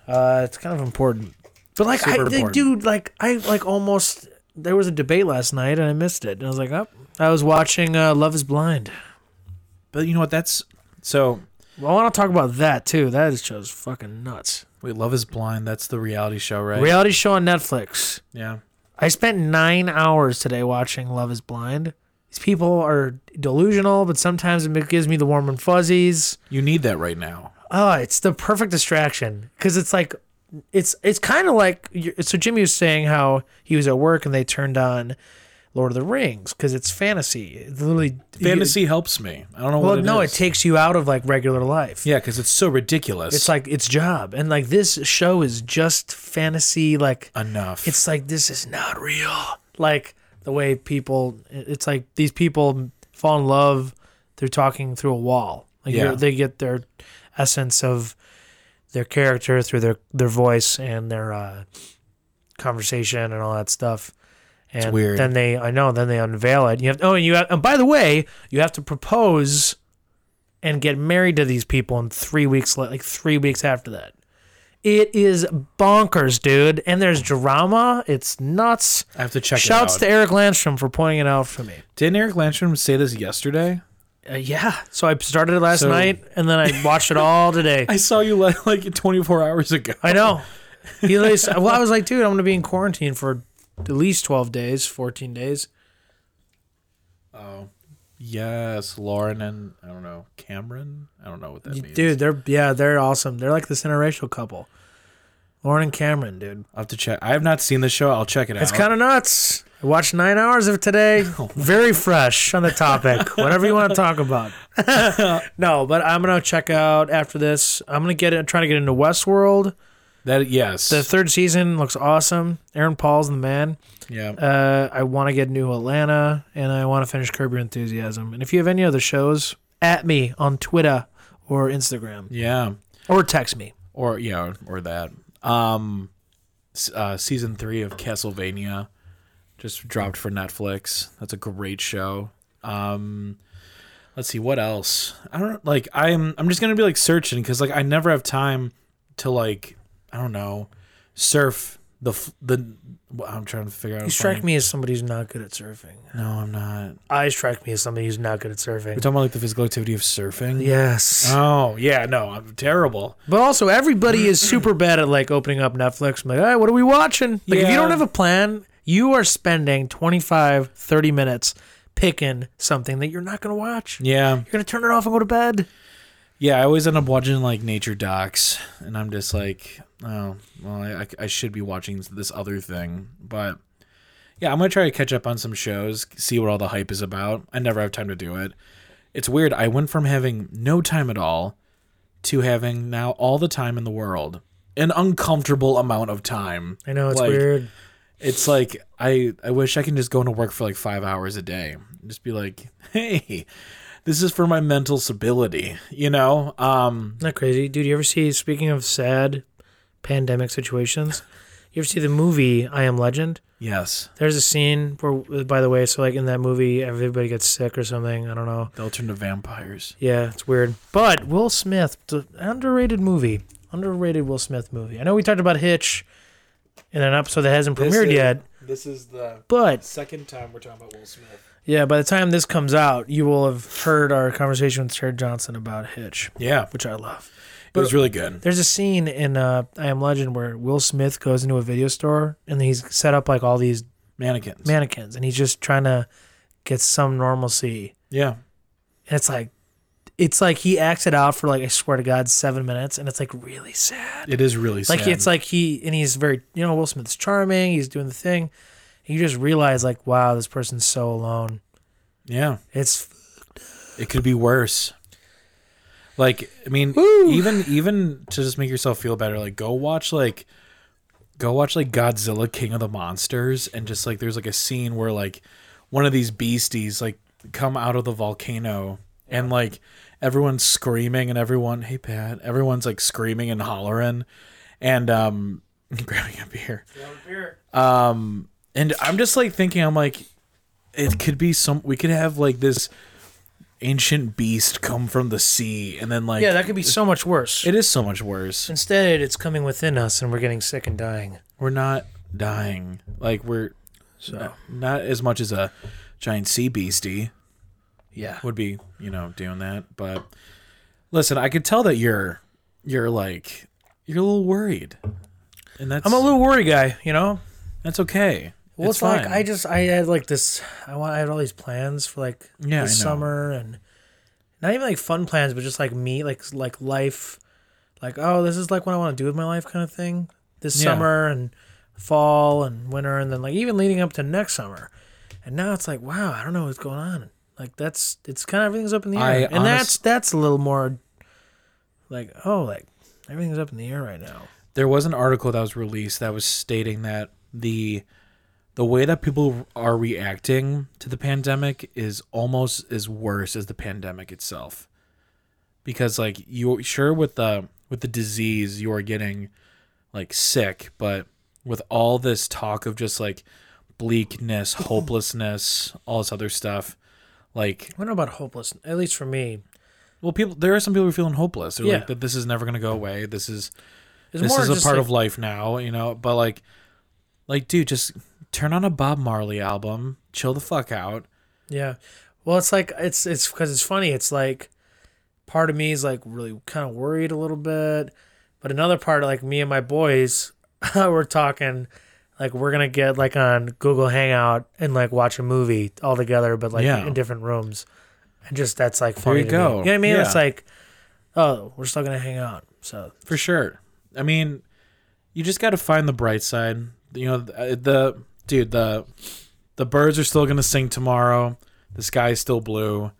[SPEAKER 3] Uh, it's kind of important. But like, I,
[SPEAKER 2] Super
[SPEAKER 3] like,
[SPEAKER 2] important.
[SPEAKER 3] dude, like I like almost there was a debate last night and I missed it. And I was like, oh, I was watching uh, Love Is Blind.
[SPEAKER 2] but you know what? That's so.
[SPEAKER 3] Well, I want to talk about that too. That is just fucking nuts.
[SPEAKER 2] Wait, Love Is Blind. That's the reality show, right?
[SPEAKER 3] Reality show on Netflix.
[SPEAKER 2] yeah.
[SPEAKER 3] I spent nine hours today watching Love Is Blind. These people are delusional, but sometimes it gives me the warm and fuzzies.
[SPEAKER 2] You need that right now.
[SPEAKER 3] Oh, it's the perfect distraction because it's like, it's it's kind of like you- so. Jimmy was saying how he was at work and they turned on Lord of the Rings because it's fantasy. It's literally
[SPEAKER 2] Fantasy helps me. I don't know
[SPEAKER 3] well,
[SPEAKER 2] what it
[SPEAKER 3] no,
[SPEAKER 2] is.
[SPEAKER 3] it takes you out of like regular life.
[SPEAKER 2] yeah, because it's so ridiculous.
[SPEAKER 3] It's like it's job and like this show is just fantasy. Like
[SPEAKER 2] enough.
[SPEAKER 3] it's like this is not real. Like the way people, it's like these people fall in love through talking through a wall. Like
[SPEAKER 2] Yeah.
[SPEAKER 3] you're- they get their essence of their character through their their voice and their uh, conversation and all that stuff. And
[SPEAKER 2] weird.
[SPEAKER 3] then they, I know, then they unveil it. You have oh, and you have, and by the way, you have to propose and get married to these people in three weeks, like three weeks after that. It is bonkers, dude. And there's drama. It's nuts.
[SPEAKER 2] I have to check
[SPEAKER 3] Shouts
[SPEAKER 2] it
[SPEAKER 3] to
[SPEAKER 2] out.
[SPEAKER 3] Eric Landstrom for pointing it out for me.
[SPEAKER 2] Didn't Eric Landstrom say this yesterday?
[SPEAKER 3] Uh, yeah. So I started it last
[SPEAKER 2] So-
[SPEAKER 3] night and then I watched it all today.
[SPEAKER 2] I saw you like, like 24 hours ago.
[SPEAKER 3] I know. He at least, well, I was like, dude, I'm gonna be in quarantine for at least twelve days, fourteen days.
[SPEAKER 2] Yes, Lauren and I don't know Cameron. I don't know what that means.
[SPEAKER 3] Dude, they're yeah, they're awesome. They're like this interracial couple, Lauren and Cameron, dude.
[SPEAKER 2] I'll have to check. I have not seen the show. I'll check it out.
[SPEAKER 3] It's kind of nuts. I watched nine hours of today. Very fresh on the topic. Whatever you want to talk about. no, but I'm gonna check out after this. I'm gonna get it. Try to get into Westworld.
[SPEAKER 2] that yes.
[SPEAKER 3] The third season looks awesome. Aaron Paul's the man.
[SPEAKER 2] yeah.
[SPEAKER 3] Uh, I want to get New Atlanta, and I want to finish Curb Your Enthusiasm. And if you have any other shows, at me on Twitter or Instagram
[SPEAKER 2] yeah.
[SPEAKER 3] or text me.
[SPEAKER 2] Or yeah, or that. Um s- uh season 3 of Castlevania just dropped for Netflix. That's a great show. Um let's see what else. I don't like I'm I'm just going to be like searching cuz like I never have time to like I don't know surf the f- the I'm trying to figure out.
[SPEAKER 3] You strike me as somebody who's not good at surfing.
[SPEAKER 2] No, I'm not.
[SPEAKER 3] I strike me as somebody who's not good at
[SPEAKER 2] We're
[SPEAKER 3] surfing.
[SPEAKER 2] talking about like the physical activity of surfing.
[SPEAKER 3] Yes.
[SPEAKER 2] Oh yeah, no, I'm terrible.
[SPEAKER 3] But also, everybody is super bad at like opening up Netflix. I'm like, all right, what are we watching? Like, if you
[SPEAKER 2] Yeah.
[SPEAKER 3] don't have a plan, you are spending 25, 30 minutes picking something that you're not going to watch.
[SPEAKER 2] Yeah,
[SPEAKER 3] You're going to turn it off and go to bed.
[SPEAKER 2] Yeah, I always end up watching like nature docs, and I'm just like, oh, well, I, I should be watching this other thing. But yeah, I'm gonna try to catch up on some shows, see what all the hype is about. I never have time to do it. It's weird. I went from having no time at all to having now all the time in the world, an uncomfortable amount of time.
[SPEAKER 3] I know, it's
[SPEAKER 2] Like,
[SPEAKER 3] weird.
[SPEAKER 2] It's like I I wish I can just go into work for like five hours a day, just be like, hey. This is for my mental stability, you know. Um,
[SPEAKER 3] Not crazy, dude. You ever see? Speaking of sad pandemic situations, you ever see the movie I Am Legend?
[SPEAKER 2] yes,
[SPEAKER 3] There's a scene where, by the way, so like in that movie, everybody gets sick or something. I don't know.
[SPEAKER 2] They'll turn to vampires.
[SPEAKER 3] Yeah, it's weird. But Will Smith, d- underrated movie, underrated Will Smith movie. I know we talked about Hitch in an episode that hasn't premiered yet,
[SPEAKER 2] This is the
[SPEAKER 3] but
[SPEAKER 2] second time we're talking about Will Smith.
[SPEAKER 3] yeah, by the time this comes out, you will have heard our conversation with Sarah Johnson about Hitch,
[SPEAKER 2] Yeah,
[SPEAKER 3] which I love.
[SPEAKER 2] it was really good.
[SPEAKER 3] There's a scene in uh, I Am Legend where Will Smith goes into a video store and he's set up like all these
[SPEAKER 2] Mannequins.
[SPEAKER 3] mannequins and he's just trying to get some normalcy.
[SPEAKER 2] yeah,
[SPEAKER 3] And it's like, it's like he acts it out for like, I swear to God, seven minutes. And it's like really sad.
[SPEAKER 2] it is really
[SPEAKER 3] Like,
[SPEAKER 2] sad.
[SPEAKER 3] it's like he, and he's very, you know, Will Smith's charming. He's doing the thing. And you just realize, like, wow, this person's so alone.
[SPEAKER 2] yeah,
[SPEAKER 3] It's,
[SPEAKER 2] it could be worse. Like I mean, even even to just make yourself feel better, like go watch like go watch like Godzilla King of the Monsters, and just like there's like a scene where like one of these beasties like come out of the volcano and like everyone's screaming and everyone hey Pat everyone's like screaming and hollering and um grabbing a beer um and I'm just like thinking I'm like it could be some we could have like this ancient beast come from the sea and then like
[SPEAKER 3] yeah, that could be so much worse.
[SPEAKER 2] it is so much worse
[SPEAKER 3] Instead, it's coming within us and we're getting sick and dying.
[SPEAKER 2] we're not dying. Like we're n- not as much as a giant sea beastie
[SPEAKER 3] Yeah.
[SPEAKER 2] would be, you know, doing that. But listen, I could tell that you're you're like you're a little worried. And that's
[SPEAKER 3] I'm a little worry guy, you know?
[SPEAKER 2] that's okay.
[SPEAKER 3] Well, it's,
[SPEAKER 2] it's
[SPEAKER 3] like
[SPEAKER 2] fine.
[SPEAKER 3] I just I had like this. I want I had all these plans for like
[SPEAKER 2] Yeah,
[SPEAKER 3] this
[SPEAKER 2] I know.
[SPEAKER 3] summer and not even like fun plans, but just like me, like like life, like oh, this is like what I want to do with my life, kind of thing. This
[SPEAKER 2] Yeah.
[SPEAKER 3] summer and fall and winter, and then like even leading up to next summer. And now it's like wow, I don't know what's going on. Like that's it's kind of everything's up in the air,
[SPEAKER 2] I
[SPEAKER 3] and
[SPEAKER 2] honest-
[SPEAKER 3] that's that's a little more like oh like everything's up in the air right now.
[SPEAKER 2] there was an article that was released that was stating that the the way that people are reacting to the pandemic is almost as worse as the pandemic itself because like you sure with the with the disease you are getting like sick but with all this talk of just like bleakness hopelessness all this other stuff like
[SPEAKER 3] I don't know about hopeless, at least for me.
[SPEAKER 2] well people there are some people who are feeling hopeless they're
[SPEAKER 3] Yeah.
[SPEAKER 2] like that this is never going to go away this is
[SPEAKER 3] It's
[SPEAKER 2] this
[SPEAKER 3] more
[SPEAKER 2] is a
[SPEAKER 3] just
[SPEAKER 2] part
[SPEAKER 3] like-
[SPEAKER 2] of life now, you know. But like, like, dude, just turn on a Bob Marley album, chill the fuck out.
[SPEAKER 3] Yeah. Well, it's like it's it's because it's funny. It's like part of me is like really kind of worried a little bit, but another part, like me and my boys, we're talking like we're gonna get like on Google Hangout and like watch a movie all together, but like
[SPEAKER 2] Yeah.
[SPEAKER 3] in different rooms, and just that's like funny.
[SPEAKER 2] you
[SPEAKER 3] to me.
[SPEAKER 2] go.
[SPEAKER 3] You know what I mean? It's
[SPEAKER 2] Yeah.
[SPEAKER 3] like, oh, we're still gonna hang out. So
[SPEAKER 2] for sure. I mean, you just got to find the bright side. You know, the, the dude, the the birds are still gonna sing tomorrow. The sky is still blue.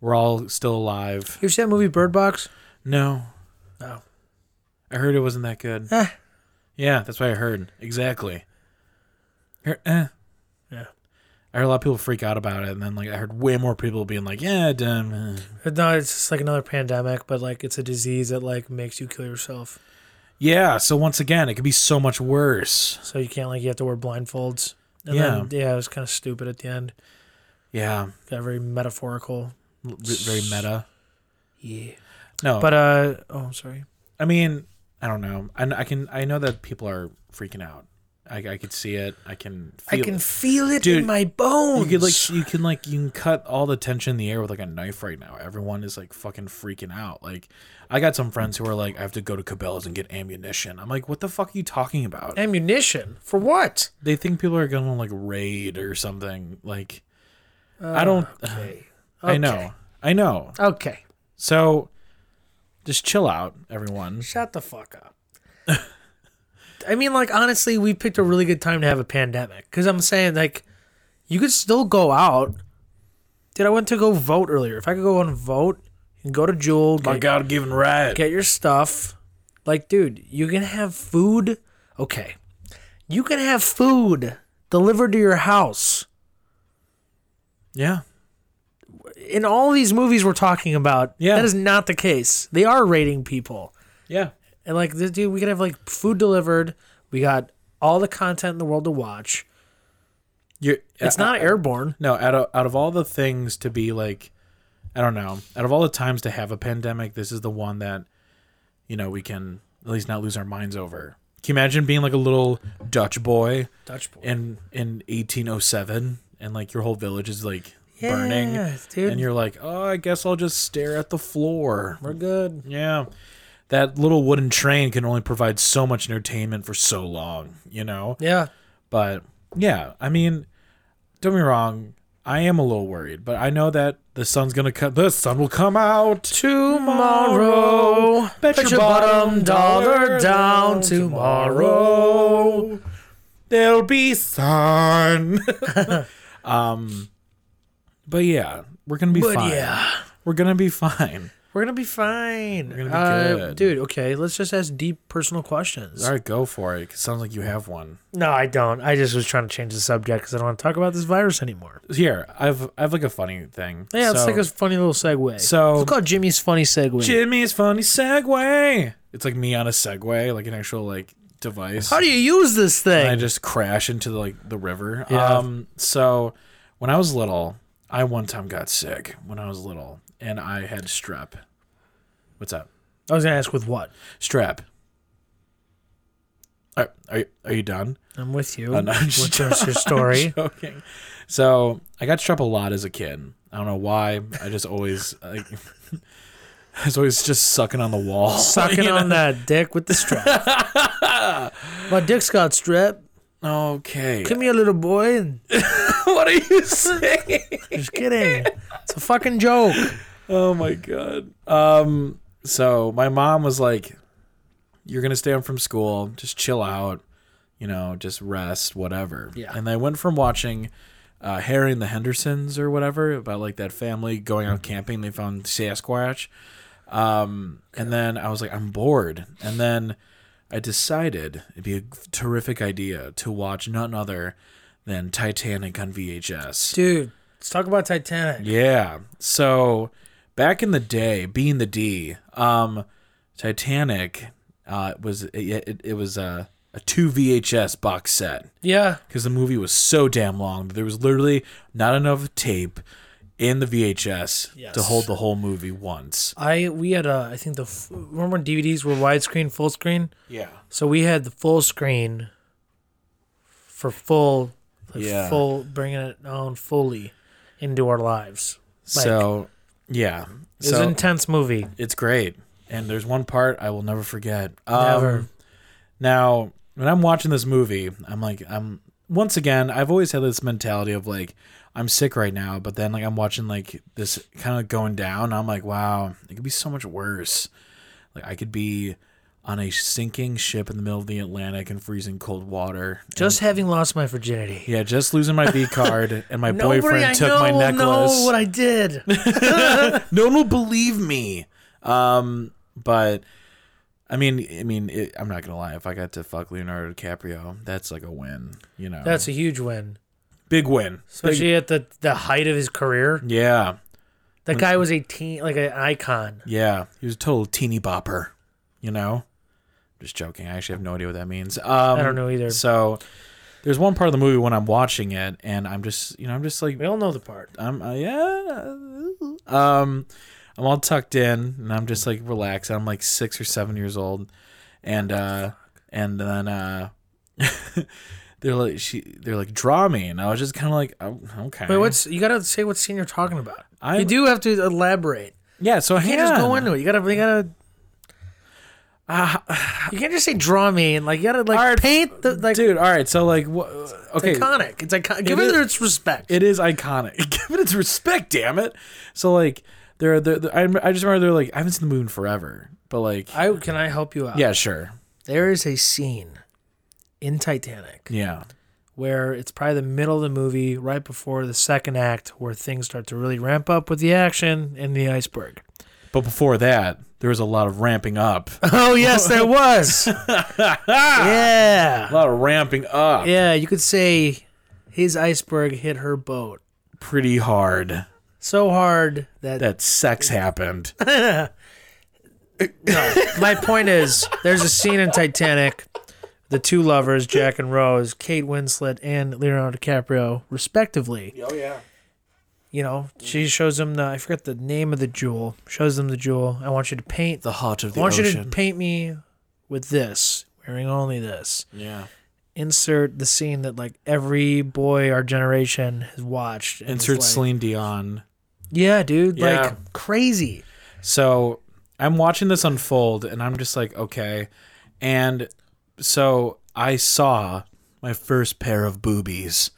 [SPEAKER 2] We're all still alive.
[SPEAKER 3] you ever see that movie Bird Box?
[SPEAKER 2] No,
[SPEAKER 3] No.
[SPEAKER 2] I heard it wasn't that good.
[SPEAKER 3] Eh.
[SPEAKER 2] Yeah, that's what I heard exactly. Heard, eh.
[SPEAKER 3] Yeah.
[SPEAKER 2] I heard a lot of people freak out about it, and then like I heard way more people being like, "Yeah, damn." eh."
[SPEAKER 3] No, it's just like another pandemic, but like it's a disease that like makes you kill yourself.
[SPEAKER 2] Yeah. So once again, it could be so much worse.
[SPEAKER 3] so you can't like you have to wear blindfolds. And
[SPEAKER 2] Yeah.
[SPEAKER 3] then, yeah, it was kind of stupid at the end.
[SPEAKER 2] Yeah.
[SPEAKER 3] Got very metaphorical.
[SPEAKER 2] L- Very meta.
[SPEAKER 3] Yeah,
[SPEAKER 2] No,
[SPEAKER 3] but uh, oh, I'm sorry.
[SPEAKER 2] I mean, I don't know. I, I can. I know that people are freaking out. I, I could see it. I can. Feel
[SPEAKER 3] I can
[SPEAKER 2] It.
[SPEAKER 3] feel it
[SPEAKER 2] Dude,
[SPEAKER 3] in my bones.
[SPEAKER 2] You could like. You can like. You can cut all the tension in the air with like a knife right now. Everyone is like fucking freaking out. Like, I got some friends who are like, I have to go to Cabela's and get ammunition. I'm like, what the fuck are you talking
[SPEAKER 3] Eh.
[SPEAKER 2] about?
[SPEAKER 3] ammunition for what?
[SPEAKER 2] They think people are gonna like raid or something. Like, I don't.
[SPEAKER 3] Uh, Okay.
[SPEAKER 2] I know. I know.
[SPEAKER 3] Okay,
[SPEAKER 2] So, just chill out, everyone.
[SPEAKER 3] shut the fuck up. I mean, like honestly, we picked a really good time to have a pandemic because I'm saying like, you could still go out. Dude, I went to go vote earlier. If I could go and vote and go to Jewel, get
[SPEAKER 2] My God-given right.
[SPEAKER 3] get your stuff. Like, dude, you can have food. Okay. You can have food delivered to your house.
[SPEAKER 2] Yeah.
[SPEAKER 3] In all these movies we're talking about,
[SPEAKER 2] Yeah.
[SPEAKER 3] that is not the case. They are raiding people.
[SPEAKER 2] Yeah.
[SPEAKER 3] And like, this, dude, we can have like food delivered. We got all the content in the world to watch.
[SPEAKER 2] You're,
[SPEAKER 3] It's
[SPEAKER 2] I-
[SPEAKER 3] not airborne.
[SPEAKER 2] No, out of out of all the things to be like, I don't know, out of all the times to have a pandemic, this is the one that, you know, we can at least not lose our minds over. Can you imagine being like a little Dutch boy
[SPEAKER 3] Dutch boy.
[SPEAKER 2] in in 1807 and like your whole village is like
[SPEAKER 3] Yeah,
[SPEAKER 2] burning,
[SPEAKER 3] dude.
[SPEAKER 2] and you're like, oh, I guess I'll just stare at the floor.
[SPEAKER 3] We're good.
[SPEAKER 2] Yeah. That little wooden train can only provide so much entertainment for so long, you know?
[SPEAKER 3] Yeah.
[SPEAKER 2] But yeah, I mean, don't be wrong. I am a little worried, but I know that the sun's gonna come. The sun will come out
[SPEAKER 3] Tomorrow.
[SPEAKER 2] Bet, your, bottom dollar down tomorrow. There'll be sun. um, but yeah, we're gonna be
[SPEAKER 3] But
[SPEAKER 2] fine.
[SPEAKER 3] yeah.
[SPEAKER 2] We're gonna be fine.
[SPEAKER 3] We're gonna be fine. We're
[SPEAKER 2] gonna be good.
[SPEAKER 3] dude. Okay, let's just ask deep personal questions.
[SPEAKER 2] All right, go for it. 'cause sounds like you have one.
[SPEAKER 3] No, I don't. I just was trying to change the subject because I don't want to talk about this virus anymore.
[SPEAKER 2] Here, I've I've like a funny thing.
[SPEAKER 3] Yeah, it's
[SPEAKER 2] So-
[SPEAKER 3] like a funny little segue.
[SPEAKER 2] So-
[SPEAKER 3] it's called Jimmy's funny segue.
[SPEAKER 2] Jimmy's funny segue. It's like me on a Segway, like an actual like device.
[SPEAKER 3] How do you use this
[SPEAKER 2] and I
[SPEAKER 3] thing?
[SPEAKER 2] just crash into like the river.
[SPEAKER 3] Yeah.
[SPEAKER 2] Um so when I was little, I one time got sick when I was little and I had strep. What's up?
[SPEAKER 3] I was gonna ask with what.
[SPEAKER 2] Strep. Are, are, you- are you done?
[SPEAKER 3] I'm with you.
[SPEAKER 2] Oh, no, I'm just
[SPEAKER 3] What's your your story?
[SPEAKER 2] joking. So I got strep a lot as a kid. I don't know why. I just always like I was always just sucking on the wall.
[SPEAKER 3] Sucking
[SPEAKER 2] you know?
[SPEAKER 3] on that dick with the strap. My dick's got strep.
[SPEAKER 2] Okay.
[SPEAKER 3] Come here, little boy. And
[SPEAKER 2] what are you saying?
[SPEAKER 3] just kidding. It's a fucking joke.
[SPEAKER 2] oh my god. Um so my mom was like you're going to stay home from school, just chill out, you know, just rest, whatever.
[SPEAKER 3] Yeah.
[SPEAKER 2] And I went from watching uh, Harry and the Hendersons or whatever about like that family going out camping, they found Sasquatch. Um and then I was like I'm bored. And then I decided it'd be a terrific idea to watch none other than Titanic on VHS.
[SPEAKER 3] Dude, let's talk about Titanic.
[SPEAKER 2] Yeah. So back in the day, being the D, um, Titanic uh, was it, it, it was a, a two VHS box set
[SPEAKER 3] Yeah.
[SPEAKER 2] because the movie was so damn long that there was literally not enough tape and the VHS to
[SPEAKER 3] Yes.
[SPEAKER 2] hold the whole movie once.
[SPEAKER 3] I we had uh, I think the f- remember when DVDs were widescreen, full screen.
[SPEAKER 2] Yeah.
[SPEAKER 3] So we had the full screen for full, like
[SPEAKER 2] Yeah.
[SPEAKER 3] full bringing it on fully into our lives. Like-
[SPEAKER 2] so, yeah.
[SPEAKER 3] It was
[SPEAKER 2] So
[SPEAKER 3] an intense movie.
[SPEAKER 2] it's great. And there's one part I will never forget. Um,
[SPEAKER 3] Never.
[SPEAKER 2] Now, when I'm watching this movie, I'm like, I'm once again, I've always had this mentality of like, I'm sick right now, but then like I'm watching like this kind of going down. I'm like, wow, it could be so much worse. Like I could be on a sinking ship in the middle of the Atlantic in freezing cold water.
[SPEAKER 3] Just having lost my virginity.
[SPEAKER 2] Yeah, just losing my V card, and my
[SPEAKER 3] Nobody I
[SPEAKER 2] boyfriend took
[SPEAKER 3] know
[SPEAKER 2] my
[SPEAKER 3] will
[SPEAKER 2] necklace.
[SPEAKER 3] know what I did.
[SPEAKER 2] no one will believe me. Um, but I mean, I mean, it, I'm not gonna lie. If I got to fuck Leonardo DiCaprio, that's like a win. You know,
[SPEAKER 3] That's a huge win,
[SPEAKER 2] big win.
[SPEAKER 3] especially at the the height of his career.
[SPEAKER 2] Yeah,
[SPEAKER 3] That guy was a teen, like an icon.
[SPEAKER 2] yeah. He was a total teeny bopper. You know, just joking. I actually have no idea what that means. Um,
[SPEAKER 3] I don't know either.
[SPEAKER 2] So there's one part of the movie when I'm watching it, and I'm just, you know, I'm just like,
[SPEAKER 3] We all know the part.
[SPEAKER 2] I'm uh, yeah. Um, I'm all tucked in, and I'm just like relaxed. I'm like six or seven years old, and uh, and then uh, they're like she, they're like draw me, and I was just kind of like oh, okay.
[SPEAKER 3] Wait, what's you gotta say? What scene you're talking about?
[SPEAKER 2] I-
[SPEAKER 3] you do have to elaborate.
[SPEAKER 2] yeah? So I
[SPEAKER 3] You can't just go into it. You gotta, you gotta. uh, you can't just say draw me and like you gotta like
[SPEAKER 2] All right,
[SPEAKER 3] paint the like
[SPEAKER 2] dude. All right, so like wha- okay,
[SPEAKER 3] iconic. It's iconic. Give
[SPEAKER 2] It
[SPEAKER 3] it,
[SPEAKER 2] is-
[SPEAKER 3] its respect.
[SPEAKER 2] it is iconic. Give it its respect, damn it. So like they're they're, they're- I, I just remember they're like I haven't seen the moon forever, but like
[SPEAKER 3] I can I help you out?
[SPEAKER 2] yeah, sure,
[SPEAKER 3] There is a scene in Titanic
[SPEAKER 2] yeah,
[SPEAKER 3] where it's probably the middle of the movie, right before the second act, where things start to really ramp up with the action and the iceberg.
[SPEAKER 2] but before that. There was a lot of ramping up.
[SPEAKER 3] Oh yes, there was. yeah.
[SPEAKER 2] A lot of ramping up
[SPEAKER 3] Yeah, you could say his iceberg hit her boat
[SPEAKER 2] pretty hard.
[SPEAKER 3] so hard that.
[SPEAKER 2] That sex happened.
[SPEAKER 3] My point is, there's a scene in Titanic. The two lovers, Jack and Rose, Kate Winslet and Leonardo DiCaprio, respectively.
[SPEAKER 2] Oh yeah.
[SPEAKER 3] You know, she shows him the, I forget the name of the jewel, shows them the jewel. I want you to paint,
[SPEAKER 2] The heart of
[SPEAKER 3] I
[SPEAKER 2] the
[SPEAKER 3] want you to
[SPEAKER 2] ocean.
[SPEAKER 3] paint me with this, wearing only this.
[SPEAKER 2] yeah.
[SPEAKER 3] Insert the scene that like every boy our generation has watched. and was
[SPEAKER 2] Insert
[SPEAKER 3] like,
[SPEAKER 2] Celine Dion.
[SPEAKER 3] Yeah, dude,
[SPEAKER 2] Yeah.
[SPEAKER 3] like crazy.
[SPEAKER 2] So I'm watching this unfold and I'm just like, okay. And so I saw my first pair of boobies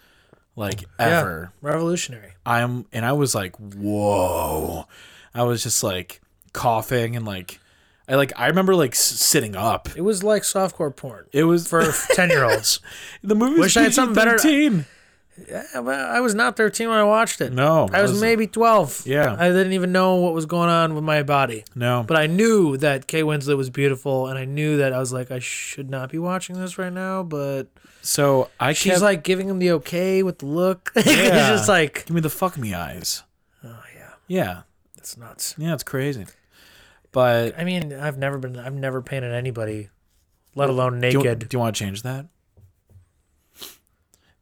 [SPEAKER 2] like ever.
[SPEAKER 3] Yeah, revolutionary.
[SPEAKER 2] I'm and I was like, whoa. I was just like coughing and like I like I remember like s- sitting up.
[SPEAKER 3] It was like softcore porn
[SPEAKER 2] It was
[SPEAKER 3] for 10 year olds.
[SPEAKER 2] the movie.
[SPEAKER 3] Wish I had something better-
[SPEAKER 2] PG-13.
[SPEAKER 3] well, I was not 13 when I watched it.
[SPEAKER 2] No,
[SPEAKER 3] I was
[SPEAKER 2] listen.
[SPEAKER 3] maybe 12.
[SPEAKER 2] Yeah.
[SPEAKER 3] I didn't even know what was going on with my body.
[SPEAKER 2] No,
[SPEAKER 3] But I knew that Kay Winslet was beautiful, and I knew that I was like, I should not be watching this right now, but
[SPEAKER 2] so I
[SPEAKER 3] she's
[SPEAKER 2] kept-
[SPEAKER 3] like giving him the okay with the look. it's
[SPEAKER 2] Yeah.
[SPEAKER 3] just like,
[SPEAKER 2] Give me the fuck me eyes.
[SPEAKER 3] oh, yeah,
[SPEAKER 2] Yeah.
[SPEAKER 3] it's nuts.
[SPEAKER 2] Yeah, it's crazy. But
[SPEAKER 3] I mean, I've never been, I've never painted anybody, let alone
[SPEAKER 2] do you,
[SPEAKER 3] naked.
[SPEAKER 2] do you want to change that?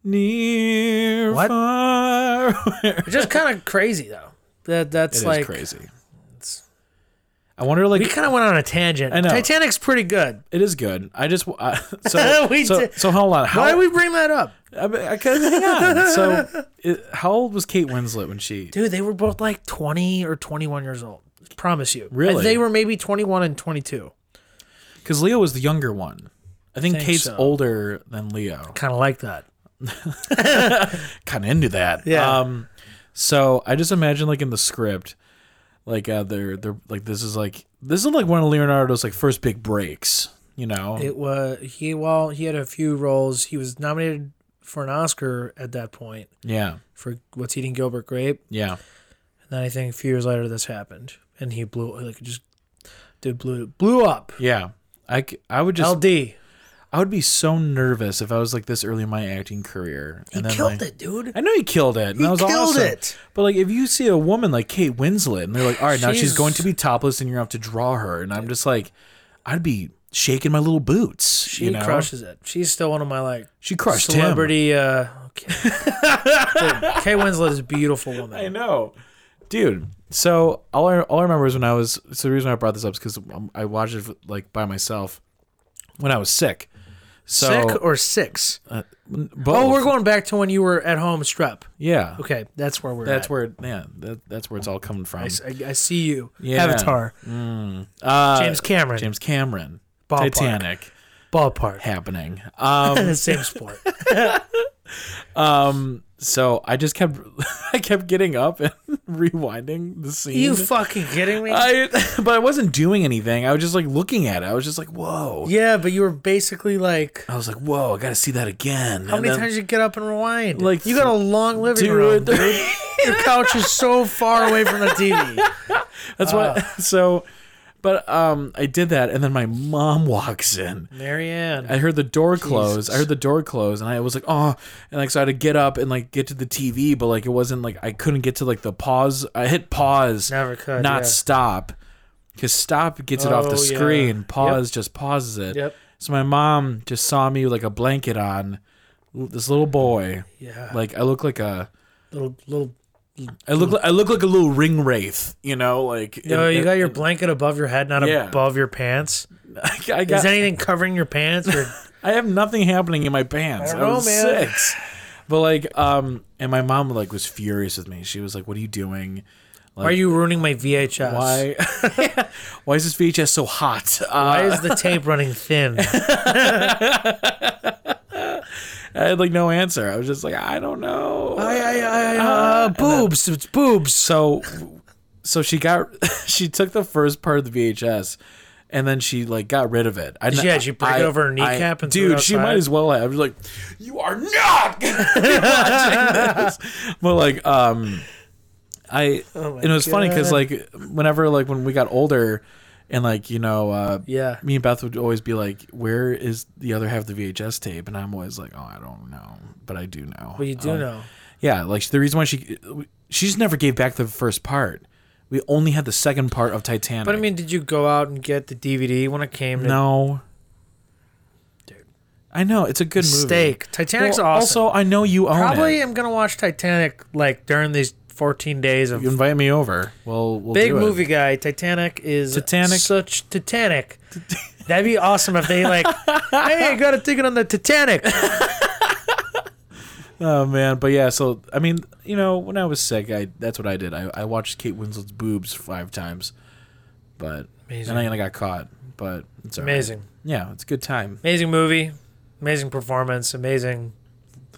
[SPEAKER 2] Near
[SPEAKER 3] What?
[SPEAKER 2] far.
[SPEAKER 3] it's just kind of crazy, though. That
[SPEAKER 2] It
[SPEAKER 3] That's
[SPEAKER 2] is
[SPEAKER 3] like,
[SPEAKER 2] crazy. I wonder like
[SPEAKER 3] we kind of went on a tangent.
[SPEAKER 2] I know.
[SPEAKER 3] Titanic's pretty good.
[SPEAKER 2] it is good. I just uh, so
[SPEAKER 3] We
[SPEAKER 2] so,
[SPEAKER 3] did-
[SPEAKER 2] so hold on. How
[SPEAKER 3] Why do we bring that up?
[SPEAKER 2] I, mean, I can hang on. So it, how old was Kate Winslet when she
[SPEAKER 3] Dude, they were both like 20 or 21 years old. Promise you.
[SPEAKER 2] Really?
[SPEAKER 3] They were maybe 21 and 22.
[SPEAKER 2] cuz Leo was the younger one. I think,
[SPEAKER 3] Think
[SPEAKER 2] Kate's
[SPEAKER 3] so.
[SPEAKER 2] older than Leo.
[SPEAKER 3] Kind of like that.
[SPEAKER 2] kind of into that.
[SPEAKER 3] Yeah.
[SPEAKER 2] Um, so I just imagine like in the script, like uh, they're they're like this is like this is like one of Leonardo's like first big breaks. You know.
[SPEAKER 3] It was he well, he had a few roles. He was nominated for an Oscar at that point
[SPEAKER 2] yeah.
[SPEAKER 3] for What's Eating Gilbert Grape.
[SPEAKER 2] Yeah.
[SPEAKER 3] And then I think a few years later this happened and he blew like just dude blew blew up.
[SPEAKER 2] Yeah. I, c- I would just
[SPEAKER 3] LD. He
[SPEAKER 2] I would be so nervous if I was like this early in my acting career. And
[SPEAKER 3] killed
[SPEAKER 2] like-
[SPEAKER 3] it, dude.
[SPEAKER 2] I know he killed it. And that was
[SPEAKER 3] killed
[SPEAKER 2] awesome.
[SPEAKER 3] it.
[SPEAKER 2] But like, if you see a woman like Kate Winslet, and they're like, "All right, now she's
[SPEAKER 3] She's-
[SPEAKER 2] going to be topless, and you're going to have to draw her," and I'm just like, I'd be shaking my little boots.
[SPEAKER 3] She
[SPEAKER 2] you know?
[SPEAKER 3] crushes it. She's still one of my like
[SPEAKER 2] She crushed him.
[SPEAKER 3] celebrity uh Kay. Dude, Kay Winslet is a beautiful
[SPEAKER 2] I
[SPEAKER 3] woman.
[SPEAKER 2] know, dude. So all I all I remember is when I was. So the reason I brought this up is because I watched it like by myself when I was sick. So,
[SPEAKER 3] Sick or six?
[SPEAKER 2] both.
[SPEAKER 3] Oh, we're going back to when you were at home strep.
[SPEAKER 2] Yeah,
[SPEAKER 3] Okay, that's where we're
[SPEAKER 2] that's
[SPEAKER 3] at.
[SPEAKER 2] where. Yeah, that, that's where it's all coming from.
[SPEAKER 3] I s- I, I see you.
[SPEAKER 2] Yeah.
[SPEAKER 3] Avatar.
[SPEAKER 2] Uh,
[SPEAKER 3] James Cameron.
[SPEAKER 2] James Cameron.
[SPEAKER 3] Ballpark.
[SPEAKER 2] Titanic
[SPEAKER 3] Ballpark.
[SPEAKER 2] happening. Um,
[SPEAKER 3] Same sport.
[SPEAKER 2] um. So I just kept, I kept getting up and rewinding the scene.
[SPEAKER 3] you fucking kidding me?
[SPEAKER 2] I, but I wasn't doing anything. I was just like looking at it. I was just like, whoa.
[SPEAKER 3] yeah, but you were basically like,
[SPEAKER 2] I was like, whoa. I got to see that again.
[SPEAKER 3] how many times did you get up Uh, and rewind?
[SPEAKER 2] Like,
[SPEAKER 3] you got a long living room. dude. Your couch is so far away from the TV.
[SPEAKER 2] That's
[SPEAKER 3] Uh.
[SPEAKER 2] why. So, but um, I did that, and then my mom walks in.
[SPEAKER 3] Marianne.
[SPEAKER 2] I heard the door close. I heard the door close, and I was like, oh, and like so I had to get up and like get to the TV, but like it wasn't like I couldn't get to like the pause. I hit pause,
[SPEAKER 3] Never could.
[SPEAKER 2] not
[SPEAKER 3] yeah.
[SPEAKER 2] stop, because stop gets it off
[SPEAKER 3] Oh,
[SPEAKER 2] the
[SPEAKER 3] yeah.
[SPEAKER 2] screen.
[SPEAKER 3] Yep.
[SPEAKER 2] Pause just pauses it.
[SPEAKER 3] Yep.
[SPEAKER 2] So my mom just saw me with like a blanket on, this little boy.
[SPEAKER 3] Yeah.
[SPEAKER 2] Like I look like a.
[SPEAKER 3] little little.
[SPEAKER 2] I look like I look like a little ring wraith, you know, like
[SPEAKER 3] No,
[SPEAKER 2] and-
[SPEAKER 3] you got
[SPEAKER 2] and-
[SPEAKER 3] your blanket above your head, not
[SPEAKER 2] Yeah.
[SPEAKER 3] above your pants.
[SPEAKER 2] I got,
[SPEAKER 3] Is anything covering your pants? Or
[SPEAKER 2] I have nothing happening in my pants. I,
[SPEAKER 3] I don't know,
[SPEAKER 2] was
[SPEAKER 3] man.
[SPEAKER 2] six. But like, um, and my mom like was furious with me. She was like, "What are you doing?
[SPEAKER 3] why are you ruining my VHS?
[SPEAKER 2] Why? why is this VHS so hot?"
[SPEAKER 3] Why
[SPEAKER 2] Uh,
[SPEAKER 3] is the tape running thin?
[SPEAKER 2] I had like no answer. I was just like, "I don't know."
[SPEAKER 3] uh, boobs. It's boobs.
[SPEAKER 2] so, so she got she took the first part of the VHS. And then she like got rid of it. I,
[SPEAKER 3] Yeah, she broke it over her kneecap and threw it
[SPEAKER 2] dude, she might
[SPEAKER 3] outside.
[SPEAKER 2] as well have. I was like, you are not but like um i
[SPEAKER 3] Oh my
[SPEAKER 2] and it was funny 'cause
[SPEAKER 3] God.
[SPEAKER 2] funny because like whenever like when we got older and like you know uh
[SPEAKER 3] Yeah.
[SPEAKER 2] me and beth would always be like where is the other half of the vhs tape and i'm always like oh i don't know but i do know
[SPEAKER 3] But you do
[SPEAKER 2] Um,
[SPEAKER 3] know.
[SPEAKER 2] yeah like the reason why she she just never gave back the first part we only had the second part of titanic
[SPEAKER 3] But I mean, did you go out and get the DVD when it came? to
[SPEAKER 2] no
[SPEAKER 3] Dude.
[SPEAKER 2] i know it's a good movie
[SPEAKER 3] Steak. Titanic's
[SPEAKER 2] Well,
[SPEAKER 3] awesome.
[SPEAKER 2] also i know you own
[SPEAKER 3] probably
[SPEAKER 2] it.
[SPEAKER 3] am gonna watch Titanic like during these 14 days of
[SPEAKER 2] you invite me over well we'll
[SPEAKER 3] big
[SPEAKER 2] do it.
[SPEAKER 3] movie guy. Titanic is
[SPEAKER 2] Titanic.
[SPEAKER 3] Such Titanic. That'd be awesome if they like. hey, I got a ticket on the Titanic.
[SPEAKER 2] Oh man, but yeah. So I mean, you know, when I was sick, I that's what I did. I, I watched Kate Winslet's boobs five times, but
[SPEAKER 3] Amazing.
[SPEAKER 2] and I, and I got caught. But it's all right.
[SPEAKER 3] Amazing,
[SPEAKER 2] Yeah, it's a good time.
[SPEAKER 3] amazing movie, amazing performance, amazing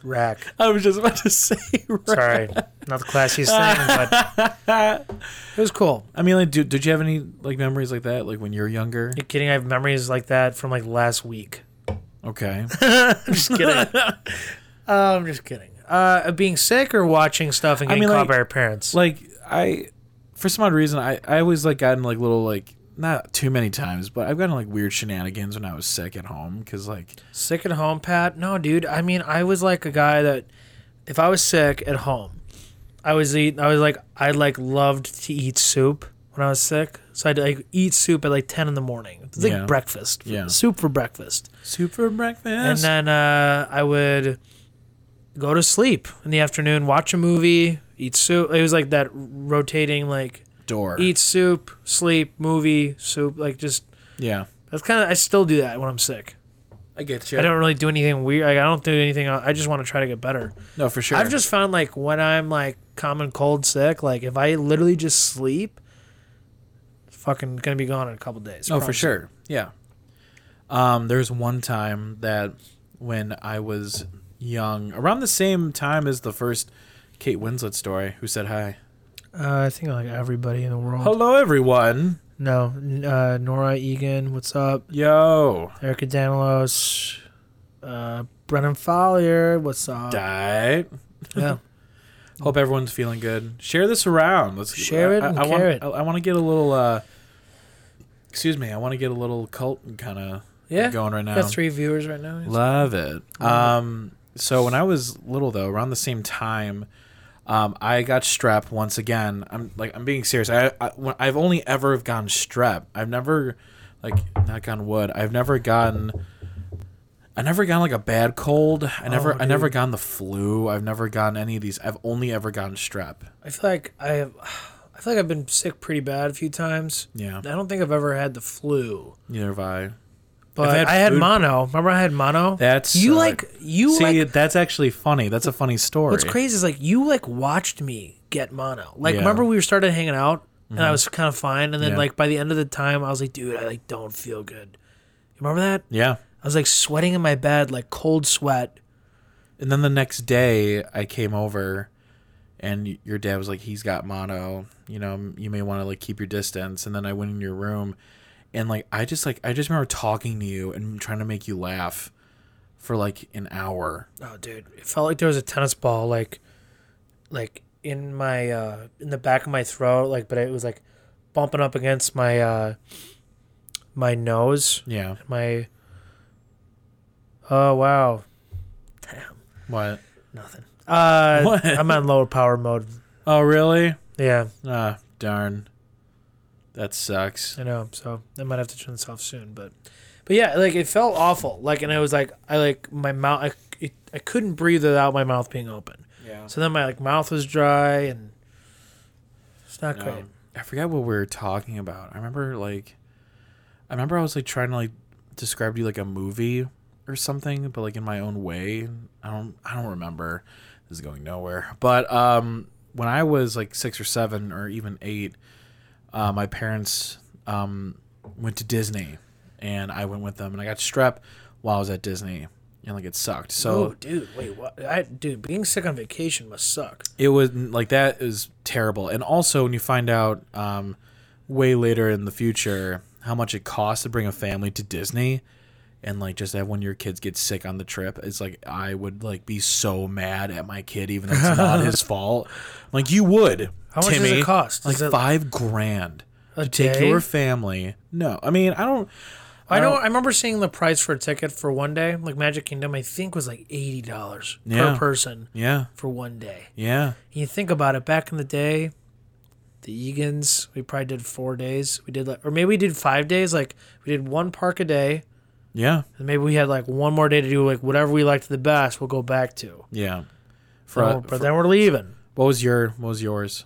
[SPEAKER 3] rack.
[SPEAKER 2] I was just about to say. Right.
[SPEAKER 3] Sorry, not the classiest thing, but it was cool.
[SPEAKER 2] I mean, like, do, did you have any like memories like that, like when you were younger?
[SPEAKER 3] You kidding? I have memories like that from like last week.
[SPEAKER 2] Okay.
[SPEAKER 3] I'm just kidding. uh, I'm just kidding. Uh, being sick or watching stuff and
[SPEAKER 2] I mean,
[SPEAKER 3] getting caught
[SPEAKER 2] like-
[SPEAKER 3] by our parents.
[SPEAKER 2] like I, for some odd reason, I I always like gotten like little like not too many times, but I've gotten like weird shenanigans when I was sick at home because like
[SPEAKER 3] sick at home, Pat? No, dude. I mean, I was like a guy that if I was sick at home, I was eat. I was like, I like loved to eat soup when I was sick. So I'd like eat soup at like ten in the morning. It's like
[SPEAKER 2] Yeah.
[SPEAKER 3] breakfast.
[SPEAKER 2] Yeah.
[SPEAKER 3] Soup for breakfast.
[SPEAKER 2] soup for
[SPEAKER 3] and
[SPEAKER 2] breakfast.
[SPEAKER 3] then uh, I would go to sleep in the afternoon, watch a movie, eat soup. It was like that rotating, like
[SPEAKER 2] door.
[SPEAKER 3] eat soup, sleep, movie, soup. Like just
[SPEAKER 2] Yeah.
[SPEAKER 3] that's kind of. I still do that when I'm sick.
[SPEAKER 2] I get you.
[SPEAKER 3] I don't really do anything weird. Like, I don't do anything. I just want to try to get better.
[SPEAKER 2] No, for sure.
[SPEAKER 3] I've just found like when I'm like common cold sick, like if I literally just sleep, it's fucking gonna be gone in a couple days.
[SPEAKER 2] Oh, for
[SPEAKER 3] promise.
[SPEAKER 2] sure. Yeah. Um, there's one time that when I was young, around the same time as the first Kate Winslet story, who said hi.
[SPEAKER 3] Uh, I think like everybody in the world.
[SPEAKER 2] Hello, everyone.
[SPEAKER 3] No, n- uh, Nora Egan, what's up?
[SPEAKER 2] Yo.
[SPEAKER 3] Erica Danalos, uh, Brennan Follier. What's up?
[SPEAKER 2] Died.
[SPEAKER 3] Yeah.
[SPEAKER 2] Hope everyone's feeling good. Share this around. Let's
[SPEAKER 3] Share it
[SPEAKER 2] I,
[SPEAKER 3] and
[SPEAKER 2] I
[SPEAKER 3] care
[SPEAKER 2] want,
[SPEAKER 3] it.
[SPEAKER 2] I, I want to get a little. uh Excuse me. I want to get a little cult kind of
[SPEAKER 3] Yeah.
[SPEAKER 2] going right now.
[SPEAKER 3] Got three viewers right now.
[SPEAKER 2] Love it. Um, so when I was little, though, around the same time, um, I got strep once again. I'm like, I'm being serious. I, I when, I've only ever have gotten strep. I've never, like, knock on wood. I've never gotten. I never gotten like a bad cold. I never
[SPEAKER 3] Oh,
[SPEAKER 2] I never
[SPEAKER 3] dude.
[SPEAKER 2] gotten the flu. I've never gotten any of these. I've only ever gotten strep.
[SPEAKER 3] I feel like I have. I feel like I've been sick pretty bad a few times.
[SPEAKER 2] Yeah.
[SPEAKER 3] I don't think I've ever had the flu,
[SPEAKER 2] Neither have I.
[SPEAKER 3] but
[SPEAKER 2] had
[SPEAKER 3] I had
[SPEAKER 2] food-
[SPEAKER 3] mono. Remember, I had mono.
[SPEAKER 2] That's
[SPEAKER 3] you
[SPEAKER 2] uh,
[SPEAKER 3] like you
[SPEAKER 2] See,
[SPEAKER 3] like.
[SPEAKER 2] that's actually funny. That's a funny story.
[SPEAKER 3] What's crazy is like you like watched me get mono. Like
[SPEAKER 2] Yeah. Mm-hmm.
[SPEAKER 3] remember we were started hanging out and I was kind of fine, and then
[SPEAKER 2] Yeah.
[SPEAKER 3] like by the end of the time I was like, dude, I like don't feel good. You remember that?
[SPEAKER 2] Yeah.
[SPEAKER 3] I was like sweating in my bed, like cold sweat.
[SPEAKER 2] And then the next day, I came over, and y- your dad was like, "He's got mono. You know, m- you may want to like keep your distance." And then I went in your room, and like I just like I just remember talking to you and trying to make you laugh for like an hour.
[SPEAKER 3] Oh, dude, it felt like there was a tennis ball, like, like in my uh in the back of my throat, like, but it was like bumping up against my uh my nose,
[SPEAKER 2] Yeah.
[SPEAKER 3] my. Oh wow,
[SPEAKER 2] What?
[SPEAKER 3] nothing. Uh,
[SPEAKER 2] What?
[SPEAKER 3] I'm on lower power mode.
[SPEAKER 2] Oh, really?
[SPEAKER 3] Yeah,
[SPEAKER 2] Ah, darn. That sucks.
[SPEAKER 3] I know. So I might have to turn this off soon, but, but yeah, like it felt awful. Like, and I was like, I like my mouth. I it, I couldn't breathe without my mouth being open.
[SPEAKER 2] Yeah.
[SPEAKER 3] So then my like mouth was dry and it's not great.
[SPEAKER 2] Um, I forgot what we were talking about. I remember like, I remember I was like trying to like describe to you like a movie or something, but like in my own way. I don't I don't remember. This is going nowhere. But um, when I was like six or seven or even eight, uh, my parents um went to Disney, and I went with them, and I got strep while I was at Disney, and like it sucked. So
[SPEAKER 3] oh, dude, wait, what? I dude, being sick on vacation must suck.
[SPEAKER 2] it was like that is terrible and also when you find out um, way later in the future how much it costs to bring a family to disney and like just have one of your kids get sick on the trip it's like i would like be so mad at my kid even if it's not his fault like you would
[SPEAKER 3] How much does
[SPEAKER 2] Timmy.
[SPEAKER 3] it cost?
[SPEAKER 2] like
[SPEAKER 3] Is it
[SPEAKER 2] five grand
[SPEAKER 3] A
[SPEAKER 2] to take
[SPEAKER 3] day?
[SPEAKER 2] your family no i mean i don't
[SPEAKER 3] I know. I remember seeing the price for a ticket for one day, like Magic Kingdom. I think was like eighty dollars
[SPEAKER 2] Yeah.
[SPEAKER 3] per person
[SPEAKER 2] yeah
[SPEAKER 3] for one day.
[SPEAKER 2] yeah
[SPEAKER 3] And you think about it, back in the day, the Egan's, we probably did four days. We did like, or maybe we did five days. Like we did one park a day,
[SPEAKER 2] yeah
[SPEAKER 3] and maybe we had like one more day to do like whatever we liked the best. We'll go back to.
[SPEAKER 2] yeah for, uh,
[SPEAKER 3] Oh, but then we're leaving.
[SPEAKER 2] what was your what was yours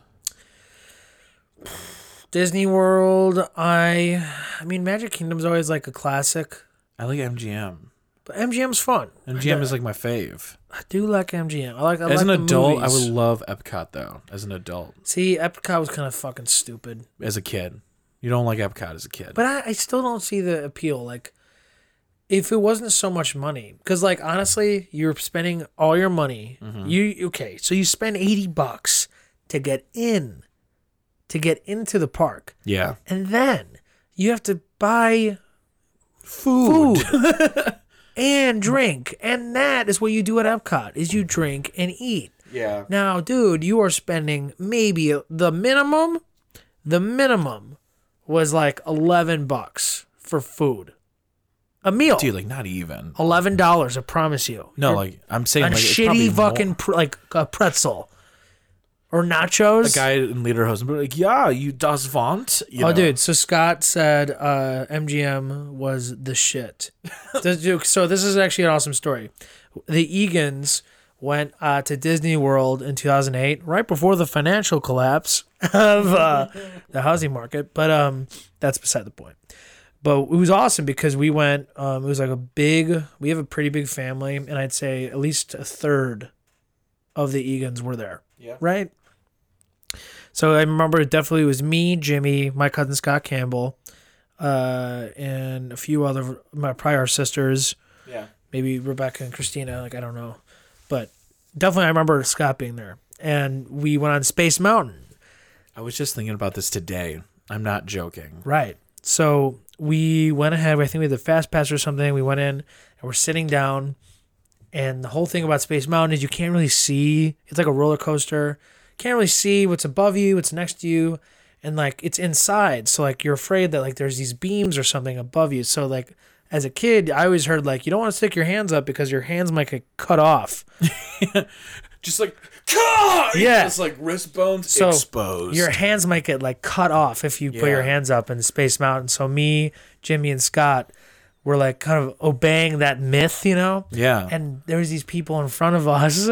[SPEAKER 3] Disney World, I I mean Magic Kingdom's always like a classic,
[SPEAKER 2] i like mgm
[SPEAKER 3] but MGM's fun.
[SPEAKER 2] mgm is like my fave
[SPEAKER 3] I do like MGM. I like I
[SPEAKER 2] as
[SPEAKER 3] like
[SPEAKER 2] an
[SPEAKER 3] the
[SPEAKER 2] adult, I
[SPEAKER 3] movies.
[SPEAKER 2] would love Epcot though. As an adult,
[SPEAKER 3] See, Epcot was kind of fucking stupid.
[SPEAKER 2] as a kid, you don't like Epcot as a kid.
[SPEAKER 3] But I, I still don't see the appeal. Like if it wasn't so much money, because like honestly, you're spending all your money.
[SPEAKER 2] Mm-hmm.
[SPEAKER 3] You okay? So you spend eighty bucks to get in, to get into the park,
[SPEAKER 2] yeah,
[SPEAKER 3] and then you have to buy
[SPEAKER 2] food.
[SPEAKER 3] food and drink and that is what you do at epcot is you drink and eat
[SPEAKER 2] Yeah,
[SPEAKER 3] now dude you are spending maybe the minimum the minimum was like 11 bucks for food a meal
[SPEAKER 2] dude, like not even.
[SPEAKER 3] $11 i promise you
[SPEAKER 2] No, like I'm
[SPEAKER 3] a
[SPEAKER 2] saying, like, it's probably
[SPEAKER 3] shitty fucking
[SPEAKER 2] More.
[SPEAKER 3] pr- like a pretzel or nachos
[SPEAKER 2] The guy in Lederhosen, but like, yeah, you das want. You
[SPEAKER 3] oh,
[SPEAKER 2] know?
[SPEAKER 3] dude. So Scott said uh, MGM was the shit. This- dude, so this is actually an awesome story. The Egan's went uh, to Disney World in 2008, right before the financial collapse of uh, the housing market. But um, that's beside the point. But it was awesome because we went. Um, it was like a big. We have a pretty big family, and I'd say at least a third of the Egan's were there.
[SPEAKER 2] Yeah.
[SPEAKER 3] Right. So I remember it definitely was me, Jimmy, my cousin Scott Campbell, uh, and a few other my prior sisters,
[SPEAKER 2] Yeah.
[SPEAKER 3] maybe Rebecca and Christina. Like I don't know, but definitely I remember Scott being there, and we went on Space Mountain.
[SPEAKER 2] I was just thinking about this today. I'm not joking.
[SPEAKER 3] Right. So we went ahead. I think we had the fast pass or something. We went in and we're sitting down. And the whole thing about Space Mountain is you can't really see. It's like a roller coaster. Can't really see what's above you, what's next to you, and like it's inside. So like you're afraid that like there's these beams or something above you. So like as a kid, I always heard like you don't want to stick your hands up because your hands might get cut off.
[SPEAKER 2] Just like, God!
[SPEAKER 3] Yeah.
[SPEAKER 2] Just like wrist bones
[SPEAKER 3] So,
[SPEAKER 2] exposed.
[SPEAKER 3] Your hands might get like cut off if you put
[SPEAKER 2] Yeah.
[SPEAKER 3] your hands up in Space Mountain. So me, Jimmy, and Scott were like kind of obeying that myth, you know?
[SPEAKER 2] Yeah.
[SPEAKER 3] And there was these people in front of us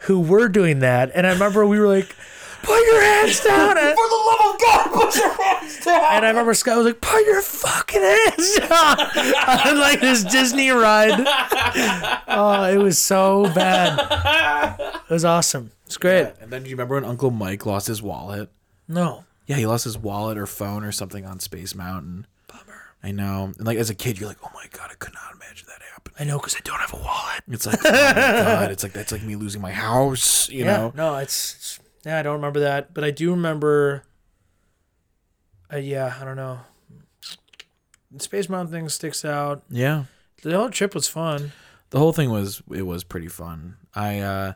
[SPEAKER 3] who were doing that. And I remember we were like, put your hands down. And,
[SPEAKER 1] For the love of God, put your hands down.
[SPEAKER 3] and I remember Scott was like, put your fucking hands down on like this Disney ride. Oh, it was so bad. It was awesome. It's great.
[SPEAKER 2] and then do you remember when Uncle Mike lost his wallet?
[SPEAKER 3] No.
[SPEAKER 2] Yeah, he lost his wallet or phone or something on Space Mountain. Bummer. I know. And like as a kid, you're like, oh my god, I could not imagine that happening.
[SPEAKER 3] I know because I don't have a wallet.
[SPEAKER 2] It's like, oh my god, it's like that's like me losing my house. You
[SPEAKER 3] yeah,
[SPEAKER 2] know.
[SPEAKER 3] no, it's, it's yeah, I don't remember that, but I do remember. Uh, yeah, I don't know. The Space Mountain thing sticks out.
[SPEAKER 2] Yeah.
[SPEAKER 3] The whole trip was fun.
[SPEAKER 2] the whole thing was it was pretty fun. I uh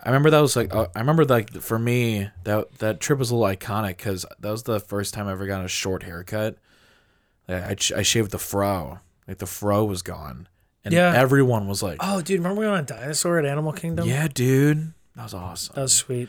[SPEAKER 2] I remember that was like uh, I remember like for me that that trip was a little iconic cuz that was the first time I ever got a short haircut. Like, I sh- I shaved the fro. Like the fro was gone. And
[SPEAKER 3] Yeah.
[SPEAKER 2] everyone was like,
[SPEAKER 3] Oh, dude, remember we went on a dinosaur at Animal Kingdom?
[SPEAKER 2] "Yeah, dude. That was awesome."
[SPEAKER 3] that was sweet.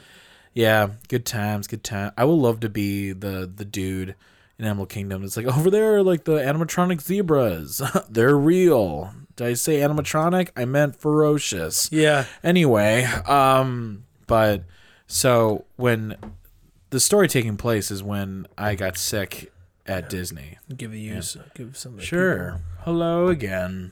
[SPEAKER 2] yeah, good times, good time. I would love to be the the dude in Animal Kingdom. It's like over there are like the animatronic zebras. They're real. Did I say animatronic? I meant ferocious
[SPEAKER 3] Yeah,
[SPEAKER 2] anyway um but so when the story taking place is when i got sick at disney
[SPEAKER 3] give a use, give some.
[SPEAKER 2] sure hello again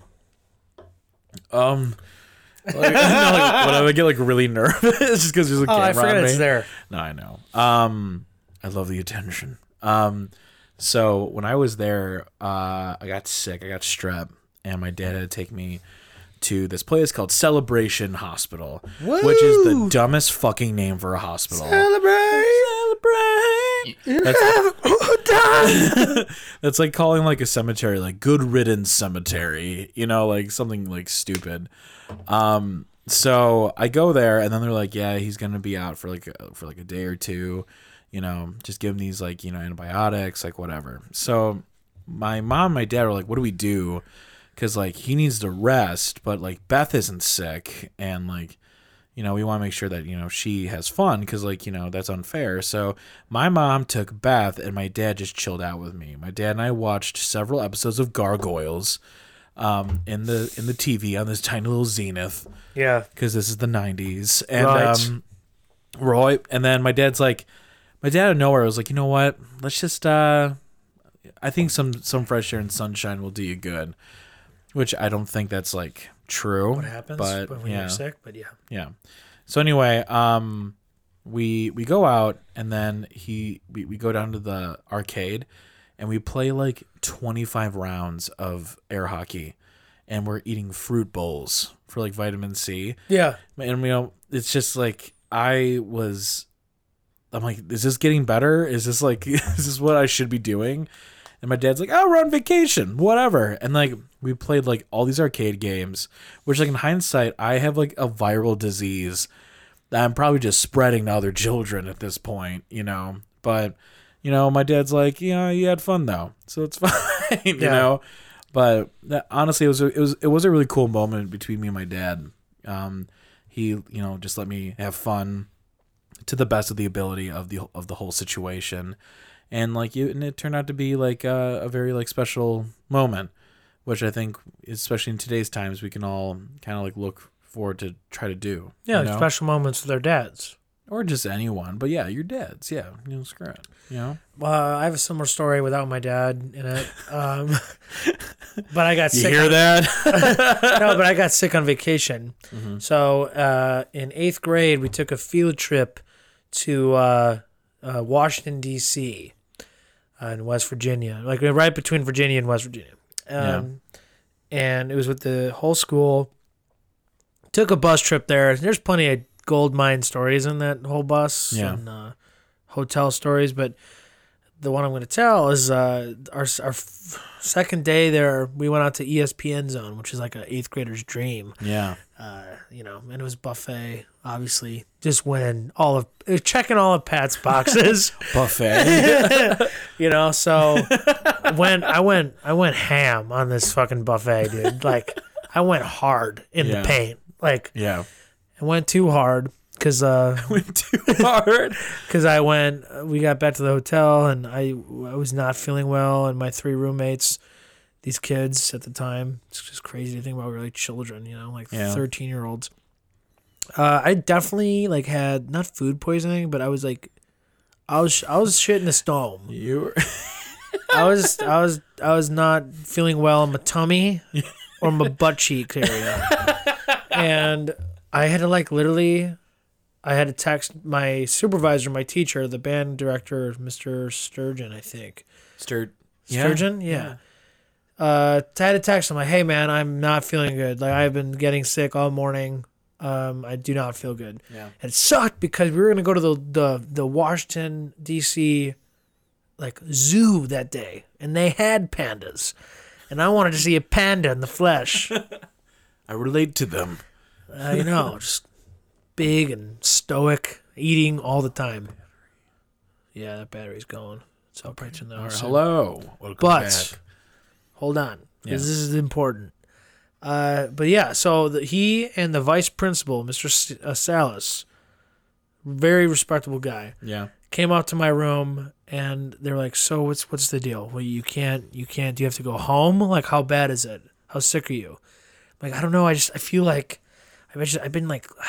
[SPEAKER 2] um like, no, like, when i would get like really nervous just because there's a
[SPEAKER 3] Oh,
[SPEAKER 2] camera
[SPEAKER 3] I forgot
[SPEAKER 2] on
[SPEAKER 3] it's
[SPEAKER 2] me.
[SPEAKER 3] there.
[SPEAKER 2] No, I know. Um, I love the attention. Um, so when I was there, uh, I got sick. I got strep, and my dad had to take me to this place called Celebration Hospital, which is the
[SPEAKER 3] Woo!
[SPEAKER 2] dumbest fucking name for a hospital.
[SPEAKER 3] Celebrate, celebrate.
[SPEAKER 2] That's like calling like a cemetery like Good Riddance Cemetery, you know, like something like stupid. Um, so I go there, and then they're like, "Yeah, he's gonna be out for like a, for like a day or two, you know, just give him these like you know antibiotics, like whatever." So my mom, and my dad were like, "What do we do?" Because like he needs to rest, but like Beth isn't sick, and like you know, we want to make sure that, you know, she has fun because, like, you know, that's unfair. So my mom took Beth and my dad just chilled out with me. My dad and I watched several episodes of Gargoyles um, in the in the TV on this tiny little zenith
[SPEAKER 3] yeah,
[SPEAKER 2] because this is the 90s. And
[SPEAKER 3] Right.
[SPEAKER 2] um, Roy, and then my dad's like, my dad out of nowhere was like, you know what? Let's just, uh, I think some, some fresh air and sunshine will do you good, which I don't think that's like true.
[SPEAKER 3] what happens
[SPEAKER 2] But,
[SPEAKER 3] when
[SPEAKER 2] yeah.
[SPEAKER 3] you're sick? But yeah,
[SPEAKER 2] Yeah. So anyway, um, we we go out and then he we, we go down to the arcade and we play like 25 rounds of air hockey and we're eating fruit bowls for like vitamin C
[SPEAKER 3] yeah,
[SPEAKER 2] and you know um, it's just like I was I'm like is this getting better is this like is this what I should be doing and my dad's like oh we're on vacation whatever and like we played like all these arcade games which like in hindsight I have like a viral disease that I'm probably just spreading to other children at this point you know but you know my dad's like yeah you had fun though so it's fine you
[SPEAKER 3] Yeah.
[SPEAKER 2] know but that, honestly it was a, it was it was a really cool moment between me and my dad um he you know just let me have fun to the best of the ability of the of the whole situation and like you and it turned out to be like uh, a, a very like special moment which i think especially in today's times we can all kind of like look forward to try to do
[SPEAKER 3] yeah.
[SPEAKER 2] you
[SPEAKER 3] like
[SPEAKER 2] know?
[SPEAKER 3] Special moments with their dads.
[SPEAKER 2] or just anyone but yeah your dad's yeah you know screw it you know
[SPEAKER 3] Well, Uh, I have a similar story without my dad in it, um, but I got
[SPEAKER 2] you
[SPEAKER 3] sick.
[SPEAKER 2] hear
[SPEAKER 3] on-
[SPEAKER 2] that Mm-hmm.
[SPEAKER 3] no, but I got sick on vacation. So uh, in eighth grade, we took a field trip to uh, uh, Washington D.C. Uh, in West Virginia, like right between Virginia and West Virginia. Um, And it was with the whole school. Took a bus trip there. There's plenty of gold mine stories in that whole bus
[SPEAKER 2] Yeah.
[SPEAKER 3] and uh, hotel stories, but the one I'm going to tell is uh, our our f- second day there. We went out to E ESPN Zone, which is like an eighth grader's dream,
[SPEAKER 2] yeah
[SPEAKER 3] uh, you know, and it was buffet. Obviously, just winning all of it was checking all of Pat's boxes,
[SPEAKER 2] buffet
[SPEAKER 3] you know. So when I went, I went ham on this fucking buffet, dude. Like I went hard in
[SPEAKER 2] Yeah.
[SPEAKER 3] the paint. Like
[SPEAKER 2] yeah
[SPEAKER 3] I went too hard because uh,
[SPEAKER 2] went too hard
[SPEAKER 3] because I went. We got back to the hotel, and I I was not feeling well, and my three roommates these kids at the time. It's just crazy to think about. We were like children, you know, like
[SPEAKER 2] Yeah.
[SPEAKER 3] thirteen year olds. Uh, I definitely like had not food poisoning, but I was like, I was I was shitting a storm.
[SPEAKER 2] You were,
[SPEAKER 3] I was I was I was not feeling well in my tummy or my butt cheek area, and I had to like literally. I had to text my supervisor, my teacher, the band director, Mr. Sturgeon, I think,
[SPEAKER 2] Stur-
[SPEAKER 3] Sturgeon, yeah. Uh, I had to text him like, "Hey man, I'm not feeling good. Like I've been getting sick all morning. Um, I do not feel good.
[SPEAKER 2] Yeah.
[SPEAKER 3] And it sucked because we were gonna go to the the, the Washington D.C. like zoo that day, and they had pandas, and I wanted to see a panda in the flesh.
[SPEAKER 2] I relate to them.
[SPEAKER 3] I know, just big and stoic, eating all the time. Yeah, that battery's going. So I'll probably turn that off soon.
[SPEAKER 2] Hello. Welcome
[SPEAKER 3] But hold on, 'cause this is important. Uh, but yeah, so the, he and the vice principal, Mr. S- uh, Salas, very respectable guy,
[SPEAKER 2] Yeah.
[SPEAKER 3] came out to my room and they're like, "So what's what's the deal? Well, you can't, you can't. Do you have to go home? Like, how bad is it? How sick are you?" I'm like, I don't know. I just I feel like I've been, I've been like.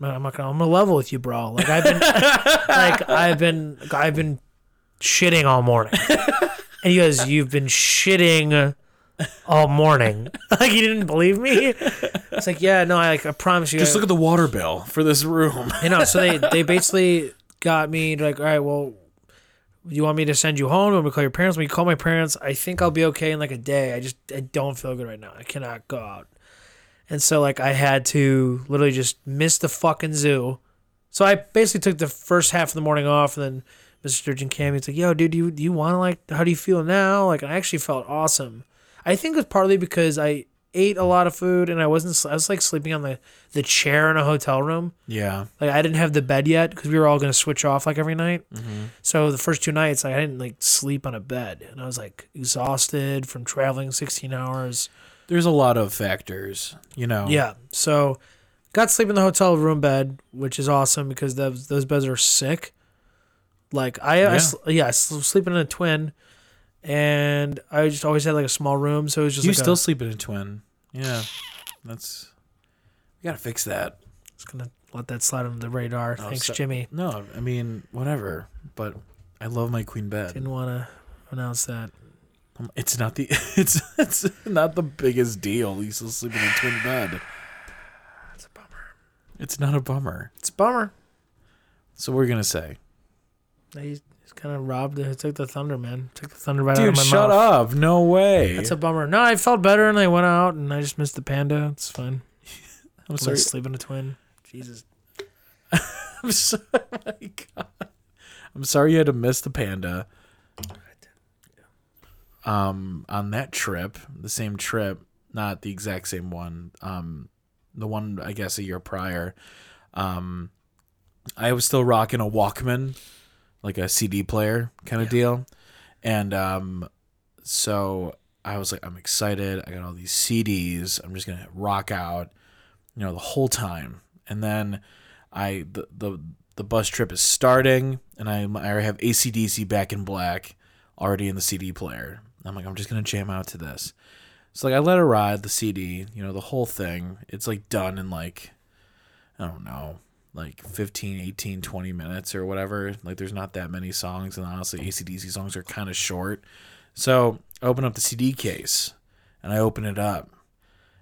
[SPEAKER 3] I'm not gonna. I'm gonna level with you, bro. Like I've been, like I've been, I've been shitting all morning. And he goes, You've been shitting all morning. like, you didn't believe me? It's like, Yeah, no, I, like, I promise you.
[SPEAKER 2] Just look at the water bill for this room.
[SPEAKER 3] you know, so they, they basically got me, like, All right, well, you want me to send you home? You want me to call your parents? When you call my parents, I think I'll be okay in like a day. I just, I don't feel good right now. I cannot go out. And so, like, I had to literally just miss the fucking zoo. So I basically took the first half of the morning off, and then Mr. Sturgeon came. He's like, "Yo, dude, do you do you want to like? How do you feel now?" Like, and I actually felt awesome. I think it's partly because I ate a lot of food, and I wasn't. sl- I was like sleeping on the the chair in a hotel room.
[SPEAKER 2] Yeah.
[SPEAKER 3] Like, I didn't have the bed yet because we were all gonna switch off like every night.
[SPEAKER 2] Mm-hmm.
[SPEAKER 3] So the first two nights, like, I didn't like sleep on a bed, and I was like exhausted from traveling sixteen hours.
[SPEAKER 2] There's a lot of factors, you know.
[SPEAKER 3] Yeah. So got to sleep in the hotel room bed, which is awesome because those those beds are sick. Like I yeah, I,
[SPEAKER 2] Yeah.
[SPEAKER 3] sl- yeah, I sl- sleeping in a twin, and I just always had like a small room, so it was just
[SPEAKER 2] You
[SPEAKER 3] like a-
[SPEAKER 2] still sleep in a twin. Yeah. That's we gotta fix that.
[SPEAKER 3] just gonna let that slide under the radar.
[SPEAKER 2] Oh,
[SPEAKER 3] Thanks,
[SPEAKER 2] so-
[SPEAKER 3] Jimmy.
[SPEAKER 2] No, I mean whatever. But I love my queen bed. Um,
[SPEAKER 3] Didn't want to announce that.
[SPEAKER 2] It's not the it's it's not the biggest deal. You still sleep in a twin bed.
[SPEAKER 3] It's a bummer.
[SPEAKER 2] It's not a bummer.
[SPEAKER 3] It's a bummer.
[SPEAKER 2] So we're gonna say,
[SPEAKER 3] He's, he's kind of robbed. It took the thunder, man. Took the thunder right out
[SPEAKER 2] dude,
[SPEAKER 3] of my
[SPEAKER 2] shut
[SPEAKER 3] mouth.
[SPEAKER 2] up. No way.
[SPEAKER 3] That's a bummer. No, I felt better, and I went out, and I just missed the panda. It's fine.
[SPEAKER 2] I'm
[SPEAKER 3] So
[SPEAKER 2] sorry.
[SPEAKER 3] sleep in a twin. Jesus.
[SPEAKER 2] I'm sorry. my God. I'm sorry you had to miss the panda. Um, on that trip, the same trip, not the exact same one. Um, the one I guess a year prior. Um, I was still rocking a Walkman, like a CD player kind of deal, and um, so I was like, I'm excited. I got all these CDs. I'm just gonna rock out, you know, the whole time. And then I the the, the bus trip is starting, and I I already have ACDC Back in Black already in the CD player. I'm like, I'm just gonna jam out to this. So like, I let it ride the CD, you know, the whole thing. It's like done in like I don't know, like 15, 18, 20 minutes or whatever. Like there's not that many songs, and honestly, ACDC songs are kind of short. So I open up the CD case, and I open it up,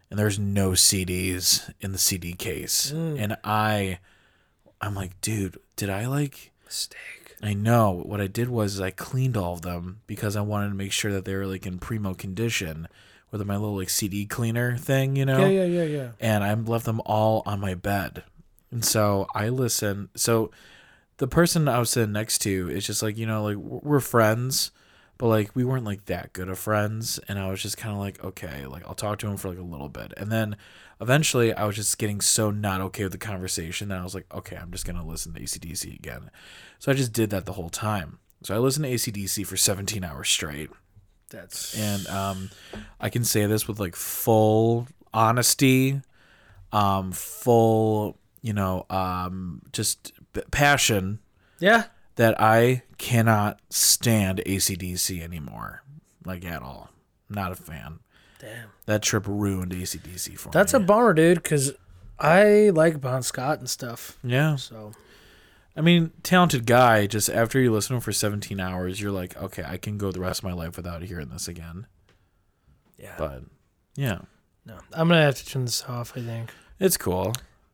[SPEAKER 2] and there's no CDs in the CD case, and I, I'm like, dude, did I like?
[SPEAKER 3] Mistake.
[SPEAKER 2] I know. What I did was I cleaned all of them because I wanted to make sure that they were like in primo condition with my little like CD cleaner thing, you know?
[SPEAKER 3] Yeah, yeah, yeah, yeah.
[SPEAKER 2] and I left them all on my bed. And so I listen. So the person I was sitting next to is just like, you know, like we're we're friends, but like we weren't like that good of friends. And I was just kind of like, okay, like I'll talk to him for like a little bit. And then eventually I was just getting so not okay with the conversation that I was like, okay, I'm just going to listen to ACDC again. So I just did that the whole time. So I listened to ACDC for 17 hours straight
[SPEAKER 3] That's
[SPEAKER 2] and um, I can say this with like full honesty, um, full you know, um, just p- passion
[SPEAKER 3] yeah.
[SPEAKER 2] that I cannot stand ACDC anymore, like at all, Not a fan.
[SPEAKER 3] Damn.
[SPEAKER 2] That trip ruined ACDC for
[SPEAKER 3] That's a
[SPEAKER 2] me.
[SPEAKER 3] bummer, dude, because I like Bon Scott and stuff.
[SPEAKER 2] a yeah.
[SPEAKER 3] So
[SPEAKER 2] I mean, talented guy. Just after you listen to him for 17 hours, you're like, okay, I can go the rest of my life without hearing this again.
[SPEAKER 3] yeah,
[SPEAKER 2] But yeah,
[SPEAKER 3] no, I'm gonna have to turn this off. I think.
[SPEAKER 2] it's cool.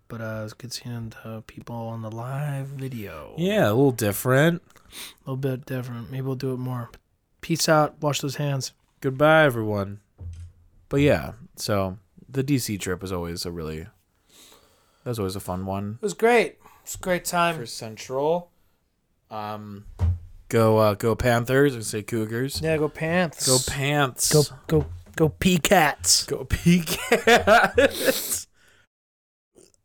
[SPEAKER 3] But uh, it's good seeing the people on the live video.
[SPEAKER 2] Yeah, a little different.
[SPEAKER 3] a little bit different. Maybe we'll do it more. Peace out. Wash those hands.
[SPEAKER 2] Goodbye, everyone. But yeah, so the DC trip was always a really that was always a fun one
[SPEAKER 3] It was great. It was a great time.
[SPEAKER 2] for Central. Um, go uh, go Panthers and say Cougars.
[SPEAKER 3] Yeah, go pants.
[SPEAKER 2] Go Pants.
[SPEAKER 3] Go go go pea cats.
[SPEAKER 2] Go PK.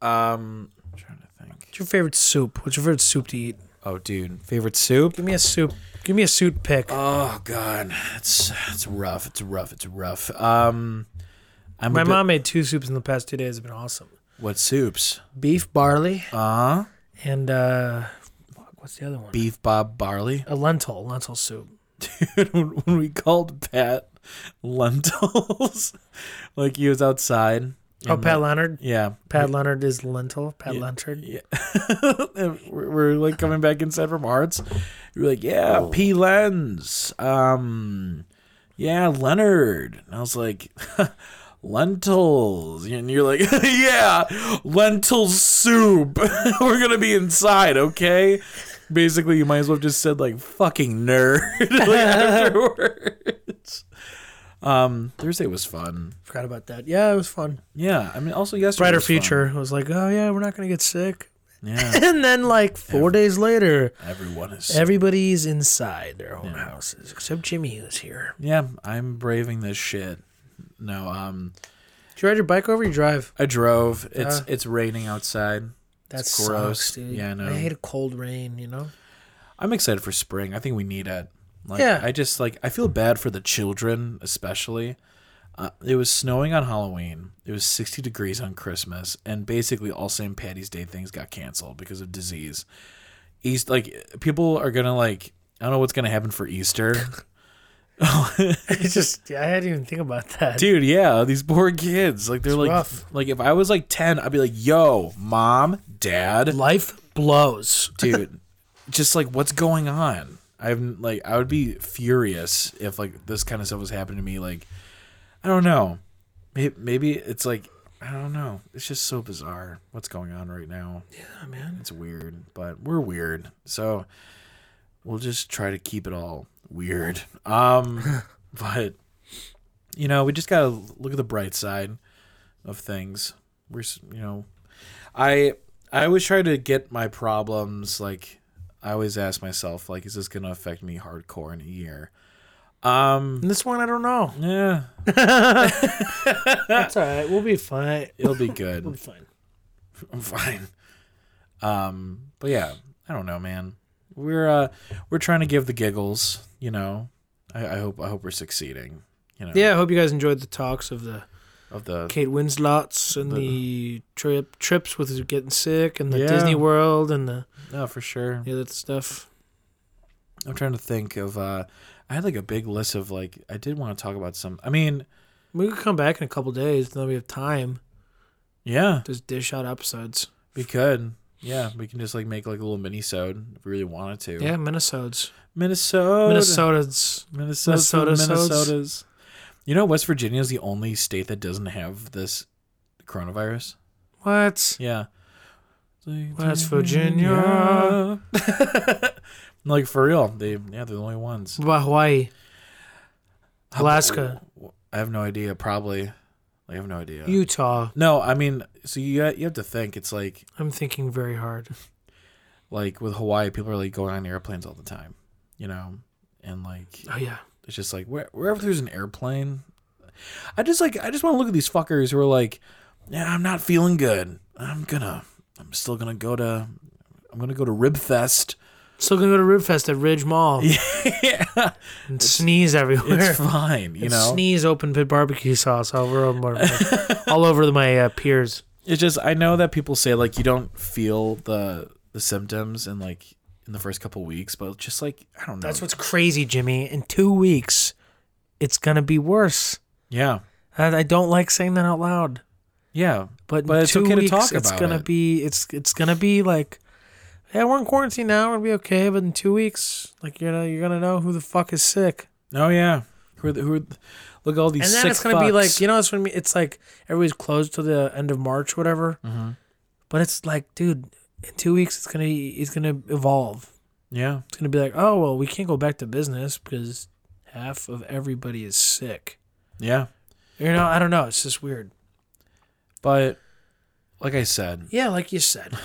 [SPEAKER 2] um, I'm trying to think.
[SPEAKER 3] What's your favorite soup? What's your favorite soup to eat?
[SPEAKER 2] Oh, dude, favorite soup?
[SPEAKER 3] Give me a soup. Give me a soup pick.
[SPEAKER 2] Oh God, it's it's rough. It's rough. It's rough. Um, I'm a
[SPEAKER 3] My
[SPEAKER 2] bit-
[SPEAKER 3] mom made two soups in the past two days. It's been awesome.
[SPEAKER 2] What soups?
[SPEAKER 3] Beef barley
[SPEAKER 2] Uh
[SPEAKER 3] and uh, fuck, what's the other one?
[SPEAKER 2] beef bob barley.
[SPEAKER 3] a lentil lentil soup.
[SPEAKER 2] Dude, when when we called Pat lentils, like he was outside.
[SPEAKER 3] Oh,
[SPEAKER 2] and,
[SPEAKER 3] Pat
[SPEAKER 2] like,
[SPEAKER 3] Leonard.
[SPEAKER 2] yeah,
[SPEAKER 3] Pat Leonard is lentil. Pat Leonard.
[SPEAKER 2] Yeah. And we're, we're like coming back inside from Arts. You're like,
[SPEAKER 3] Oh.
[SPEAKER 2] yeah, P Lens. Um, yeah, Leonard. And I was like, lentils. And you're like, yeah, lentil soup. we're going to be inside, okay? Basically, you might as well have just said, like, fucking nerd like, afterwards. Um, Thursday was fun.
[SPEAKER 3] Forgot about that. Yeah, it was fun.
[SPEAKER 2] Yeah, I mean, also yesterday.
[SPEAKER 3] Brighter
[SPEAKER 2] was fun.
[SPEAKER 3] future. It was like, oh yeah, we're not gonna get sick.
[SPEAKER 2] Yeah,
[SPEAKER 3] and then like four days later,
[SPEAKER 2] everyone is.
[SPEAKER 3] everybody's inside their own houses except Jimmy who's here.
[SPEAKER 2] Yeah, I'm braving this shit. No, um,
[SPEAKER 3] Did you ride your bike over? Or you drive?
[SPEAKER 2] I drove. It's
[SPEAKER 3] Uh.
[SPEAKER 2] it's raining outside.
[SPEAKER 3] That's
[SPEAKER 2] It's gross.
[SPEAKER 3] dude.
[SPEAKER 2] Yeah, I know.
[SPEAKER 3] I hate a cold rain. You know.
[SPEAKER 2] I'm excited for spring. I think we need it. Like,
[SPEAKER 3] Yeah.
[SPEAKER 2] I just like I feel bad for the children, especially. Uh, it was snowing on Halloween. It was 60 degrees on Christmas, and basically all St. Patty's Day things got canceled because of disease. East like people are gonna like I don't know what's gonna happen for Easter.
[SPEAKER 3] It's just yeah, I didn't even think about that.
[SPEAKER 2] dude yeah these poor kids like they're like
[SPEAKER 3] rough.
[SPEAKER 2] like if i was like 10 i'd be like yo mom dad
[SPEAKER 3] Life blows.
[SPEAKER 2] dude just like what's going on i'm like i would be furious if like this kind of stuff was happening to me like i don't know maybe, maybe it's like i don't know it's just so bizarre what's going on right now
[SPEAKER 3] Oh, man.
[SPEAKER 2] it's weird but we're weird so we'll just try to keep it all weird um but you know we just gotta look at the bright side of things we're s- you know i i always try to get my problems like i always ask myself like is this gonna affect me hardcore in a year um
[SPEAKER 3] And this one I don't know.
[SPEAKER 2] yeah
[SPEAKER 3] That's all right. We'll be fine.
[SPEAKER 2] it'll be good
[SPEAKER 3] We'll be fine.
[SPEAKER 2] I'm fine. Um, but yeah, I don't know, man. We're uh, we're trying to give the giggles, you know. I, I hope I hope we're succeeding, you know.
[SPEAKER 3] Yeah, I hope you guys enjoyed the talks of the
[SPEAKER 2] Of the
[SPEAKER 3] Kate Winslot's and
[SPEAKER 2] The-
[SPEAKER 3] the trip trips with getting sick and the
[SPEAKER 2] Yeah.
[SPEAKER 3] Disney World and the,
[SPEAKER 2] no, for sure.
[SPEAKER 3] the other stuff.
[SPEAKER 2] I'm trying to think of. Uh, I had like a big list of like I did want to talk about some. I mean,
[SPEAKER 3] We could come back in a couple days, and then we have time
[SPEAKER 2] yeah,
[SPEAKER 3] to just dish out episodes.
[SPEAKER 2] we could. Yeah, we can just like make like a little mini sode if we really wanted to.
[SPEAKER 3] Yeah, Minnesota's.
[SPEAKER 2] Minnesota,
[SPEAKER 3] Minnesota's.
[SPEAKER 2] Minnesota's
[SPEAKER 3] Minnesota-sodes.
[SPEAKER 2] Minnesota's. You know, West Virginia is the only state that doesn't have this coronavirus.
[SPEAKER 3] What?
[SPEAKER 2] Yeah.
[SPEAKER 3] West Virginia.
[SPEAKER 2] like for real, they yeah they're the only ones.
[SPEAKER 3] What about Hawaii? Alaska.
[SPEAKER 2] I have no idea. Probably, I have no idea.
[SPEAKER 3] Utah.
[SPEAKER 2] no, I mean, so you got- you have to think. It's like
[SPEAKER 3] I'm thinking very hard.
[SPEAKER 2] like with Hawaii, people are like going on airplanes all the time, you know, and like
[SPEAKER 3] Oh, yeah.
[SPEAKER 2] it's just like where, wherever there's an airplane, I just like I just want to look at these fuckers who are like, yeah, I'm not feeling good. I'm gonna, I'm still gonna go to, I'm gonna go to Rib Fest.
[SPEAKER 3] Still going to go to Ribfest at Ridge Mall
[SPEAKER 2] yeah.
[SPEAKER 3] and sneeze everywhere.
[SPEAKER 2] It's fine, you
[SPEAKER 3] And
[SPEAKER 2] know.
[SPEAKER 3] Sneeze open pit barbecue sauce all over my, all over my uh, peers.
[SPEAKER 2] It's just I know that people say like you don't feel the the symptoms in like in the first couple weeks, but just like I don't know.
[SPEAKER 3] That's what's crazy, Jimmy. In two weeks, it's gonna be worse.
[SPEAKER 2] Yeah.
[SPEAKER 3] And I don't like saying that out loud,
[SPEAKER 2] Yeah.
[SPEAKER 3] but,
[SPEAKER 2] But
[SPEAKER 3] in
[SPEAKER 2] it's
[SPEAKER 3] two
[SPEAKER 2] okay to
[SPEAKER 3] weeks,
[SPEAKER 2] talk
[SPEAKER 3] it's
[SPEAKER 2] about
[SPEAKER 3] gonna
[SPEAKER 2] it.
[SPEAKER 3] be it's it's gonna be like, yeah, we're in quarantine now, we're gonna be okay, but in two weeks, like you're gonna you're gonna know who the fuck is sick,
[SPEAKER 2] Oh yeah. Who are the, who are the, look at all these
[SPEAKER 3] and
[SPEAKER 2] sick
[SPEAKER 3] then it's gonna be
[SPEAKER 2] fucks.
[SPEAKER 3] like you know it's gonna be it's like everybody's closed till the end of March, whatever.
[SPEAKER 2] Mhm.
[SPEAKER 3] But it's like, dude, in two weeks it's gonna be, it's gonna evolve.
[SPEAKER 2] Yeah.
[SPEAKER 3] It's gonna be like, oh well, we can't go back to business because half of everybody is sick.
[SPEAKER 2] Yeah.
[SPEAKER 3] You know, I don't know. It's just weird.
[SPEAKER 2] But like I said,
[SPEAKER 3] Yeah, like you said,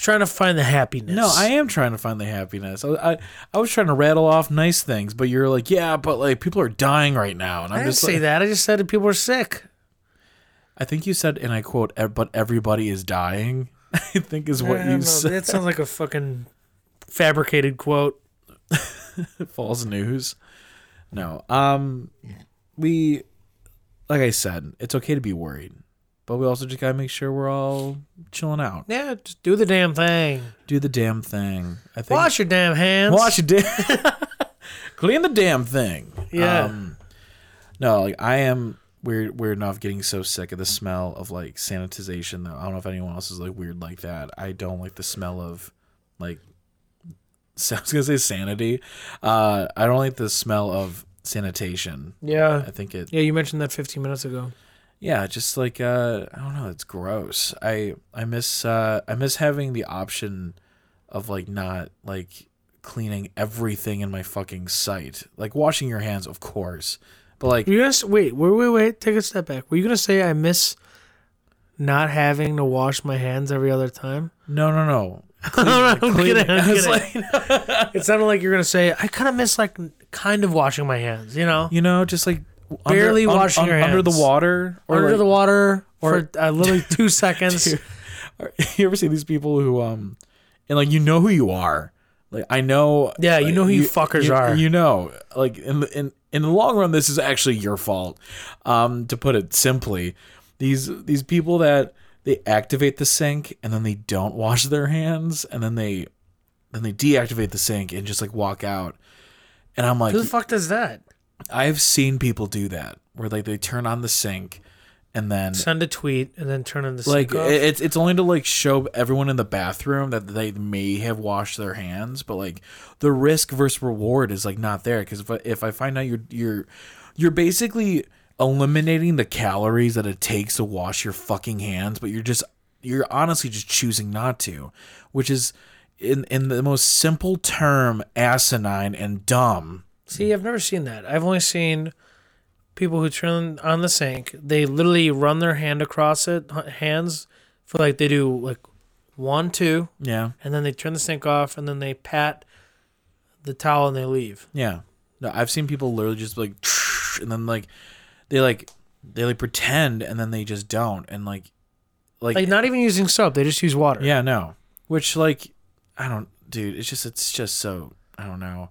[SPEAKER 3] trying to find the happiness.
[SPEAKER 2] no, I am trying to find the happiness. I, I I was trying to rattle off nice things, but you're like, yeah, but like people are dying right now, and
[SPEAKER 3] I
[SPEAKER 2] I'm
[SPEAKER 3] didn't
[SPEAKER 2] just
[SPEAKER 3] say
[SPEAKER 2] like,
[SPEAKER 3] that. I just said that people are sick.
[SPEAKER 2] I think you said, and I quote, "Ev- but everybody is dying. I think is what
[SPEAKER 3] I
[SPEAKER 2] you
[SPEAKER 3] don't know.
[SPEAKER 2] said.
[SPEAKER 3] That sounds like a fucking fabricated quote.
[SPEAKER 2] False news. No. Um, we, like I said, it's okay to be worried, but we also just gotta make sure we're all chilling out.
[SPEAKER 3] Yeah, just do the damn thing.
[SPEAKER 2] Do the damn thing. I think.
[SPEAKER 3] Wash your damn hands.
[SPEAKER 2] Wash your damn. Clean the damn thing.
[SPEAKER 3] Yeah.
[SPEAKER 2] Um, no, like I am weird. Weird enough, getting so sick of the smell of like sanitization. Though I don't know if anyone else is like weird like that. I don't like the smell of like. So I was gonna say sanity. Uh, I don't like the smell of sanitation.
[SPEAKER 3] Yeah.
[SPEAKER 2] I think it.
[SPEAKER 3] Yeah, you mentioned that 15 minutes ago.
[SPEAKER 2] Yeah, just like uh, I don't know. It's gross. I I miss uh, I miss having the option of like not like cleaning everything in my fucking sight. Like washing your hands, of course, but like
[SPEAKER 3] You guys, wait, wait, wait, wait. Take a step back. Were you gonna say I miss not having to wash my hands every other time?
[SPEAKER 2] no, no, no.
[SPEAKER 3] I'm
[SPEAKER 2] Clean-
[SPEAKER 3] kidding, I'm
[SPEAKER 2] I was
[SPEAKER 3] kidding.
[SPEAKER 2] like,
[SPEAKER 3] It sounded like you're gonna say I kind of miss like kind of washing my hands. You know,
[SPEAKER 2] you know, just like under-
[SPEAKER 3] Barely
[SPEAKER 2] un-
[SPEAKER 3] washing
[SPEAKER 2] un-
[SPEAKER 3] your
[SPEAKER 2] under the
[SPEAKER 3] hands.
[SPEAKER 2] water or
[SPEAKER 3] under
[SPEAKER 2] like-
[SPEAKER 3] the water
[SPEAKER 2] or-
[SPEAKER 3] for uh, literally two seconds.
[SPEAKER 2] Dude. Or- you ever see these people who um and like you know who you are like i know
[SPEAKER 3] Yeah, you
[SPEAKER 2] like,
[SPEAKER 3] know who you fuckers are.
[SPEAKER 2] you know like in the in, in the long run this is actually your fault um to put it simply these these people that they activate the sink and then they don't wash their hands and then they then they deactivate the sink and just like walk out and i'm like
[SPEAKER 3] Who the fuck does that?
[SPEAKER 2] i've seen people do that where like they turn on the sink and then
[SPEAKER 3] Send a tweet and then turn on the
[SPEAKER 2] like
[SPEAKER 3] sink off.
[SPEAKER 2] it- it's it's only to like show everyone in the bathroom that they may have washed their hands, but like the risk versus reward is like not there because if I, if I find out you're you're you're basically eliminating the calories that it takes to wash your fucking hands, but you're just you're honestly just choosing not to, which is in in the most simple term asinine and dumb.
[SPEAKER 3] See, I've never seen that. I've only seen people who turn on the sink. They literally run their hand across it, h- hands for like they do like one, two,
[SPEAKER 2] Yeah,
[SPEAKER 3] and then they turn the sink off, and then they pat the towel and they leave.
[SPEAKER 2] yeah. No, I've seen people literally just like and then like they like they like pretend and then they just don't and like like,
[SPEAKER 3] Like not even using soap; they just use water.
[SPEAKER 2] yeah no which like i don't dude it's just it's just so i don't know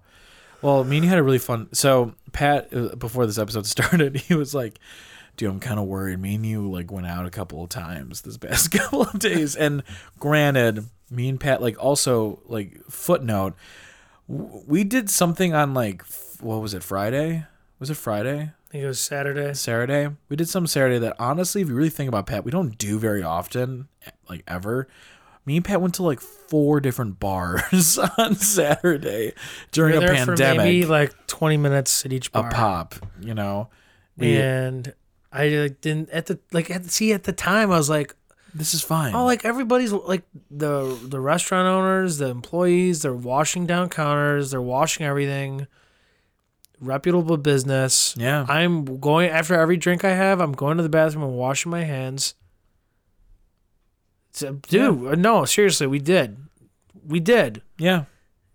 [SPEAKER 2] well me and you had a really fun so pat uh, before this episode started he was like dude i'm kind of worried me and you like went out a couple of times this past couple of days and granted me and pat like also like footnote w- we did something on like f- what was it friday was it friday
[SPEAKER 3] I think it was Saturday.
[SPEAKER 2] Saturday. We did some Saturday that honestly, if you really think about Pat, we don't do very often, like ever. Me and Pat went to like four different bars on Saturday during
[SPEAKER 3] We were
[SPEAKER 2] a
[SPEAKER 3] there for maybe
[SPEAKER 2] pandemic.
[SPEAKER 3] like twenty minutes at each
[SPEAKER 2] A
[SPEAKER 3] bar,
[SPEAKER 2] pop, you know. We,
[SPEAKER 3] and I like, didn't at the like at, see at the time I was like,
[SPEAKER 2] This is fine.
[SPEAKER 3] Oh, like everybody's like the the restaurant owners, the employees, they're washing down counters, they're washing everything. Reputable business.
[SPEAKER 2] yeah,
[SPEAKER 3] I'm going after every drink I have. I'm going to the bathroom and washing my hands. So, dude, no, seriously, we did, we did,
[SPEAKER 2] yeah,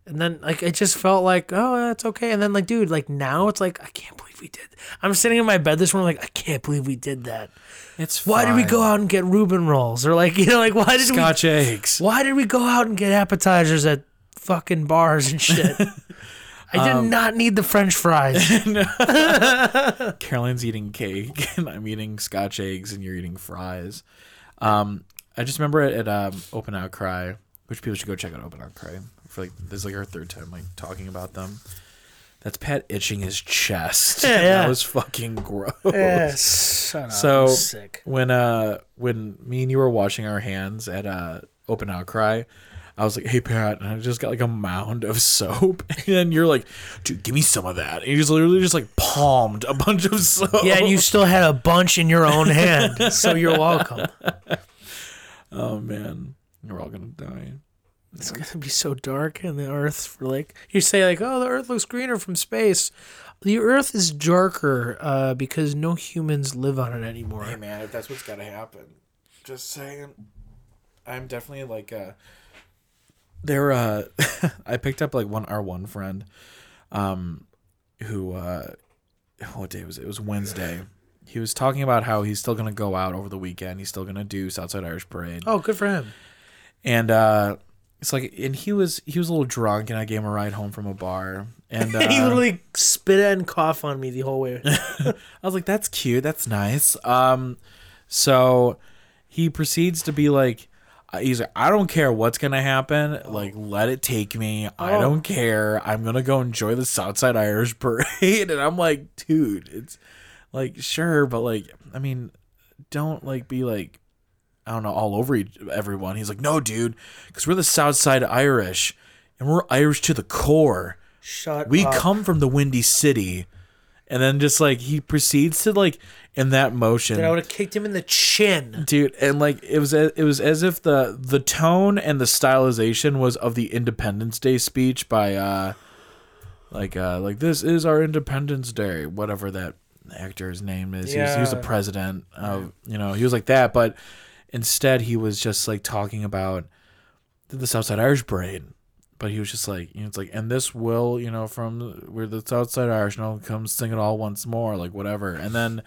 [SPEAKER 3] and then like it just felt like oh that's okay, and then like dude, like now it's like I can't believe we did. I'm sitting in my bed this morning like I can't believe we did that.
[SPEAKER 2] it's
[SPEAKER 3] Why did we
[SPEAKER 2] fine.
[SPEAKER 3] go out and get Reuben rolls or like you know like why did we
[SPEAKER 2] Scotch eggs?
[SPEAKER 3] why did we go out and get appetizers at fucking bars and shit? I did
[SPEAKER 2] Um,
[SPEAKER 3] not need the French fries.
[SPEAKER 2] Caroline's eating cake, and I'm eating Scotch eggs, and you're eating fries. Um, I just remember it at um, Open Outcry, which people should go check out Open Outcry for like this is like our third time like talking about them. That's Pat itching his chest.
[SPEAKER 3] Yeah, yeah.
[SPEAKER 2] That was fucking gross.
[SPEAKER 3] Eh, Yes. Shut up.
[SPEAKER 2] So-
[SPEAKER 3] I'm sick.
[SPEAKER 2] When uh when me and you were washing our hands at uh open outcry, I was like, Hey Pat, and I just got like a mound of soap and then you're like, dude, give me some of that. And you just literally just like palmed a bunch of soap.
[SPEAKER 3] Yeah, and you still had a bunch in your own hand, so you're welcome.
[SPEAKER 2] Oh man. We're all gonna die.
[SPEAKER 3] It's gonna be so dark and the Earth for like you say like oh the Earth looks greener from space. The Earth is darker uh, because no humans live on it anymore.
[SPEAKER 2] Hey man, if that's what's gotta happen, just saying. I'm definitely like uh there uh I picked up like one our one friend um who uh what day was it? It was Wednesday. He was talking about how he's still gonna go out over the weekend, he's still gonna do Southside Irish Parade.
[SPEAKER 3] Oh, good for him.
[SPEAKER 2] And uh it's like and he was he was a little drunk and I gave him a ride home from a bar and uh,
[SPEAKER 3] he literally spit and cough on me the whole way.
[SPEAKER 2] I was like, that's cute. That's nice. Um, so he proceeds to be like, uh, he's like, I don't care what's gonna happen. Like, let it take me. I
[SPEAKER 3] Oh.
[SPEAKER 2] don't care. I'm gonna go enjoy the Southside Irish Parade. And I'm like, dude, it's like sure, but like, I mean, don't like be like, I don't know, all over each, everyone. He's like, no, dude, because we're the Southside Irish, and we're Irish to the core
[SPEAKER 3] Shut
[SPEAKER 2] we
[SPEAKER 3] up.
[SPEAKER 2] come from the windy city and then just like he proceeds to like in that
[SPEAKER 3] and I would
[SPEAKER 2] motion
[SPEAKER 3] have kicked him in the chin.
[SPEAKER 2] dude and like it was a- it was as if the the tone and the stylization was of the independence day speech by uh like uh like this is our independence day whatever that actor's name is he, was, he was the
[SPEAKER 3] Yeah.
[SPEAKER 2] president of you know he was like that but instead he was just like talking about the Southside Irish Parade. But he was just like, you know, it's like, and this will, you know, from where the Southside Irish, and I'll come sing it all once more, like whatever. And then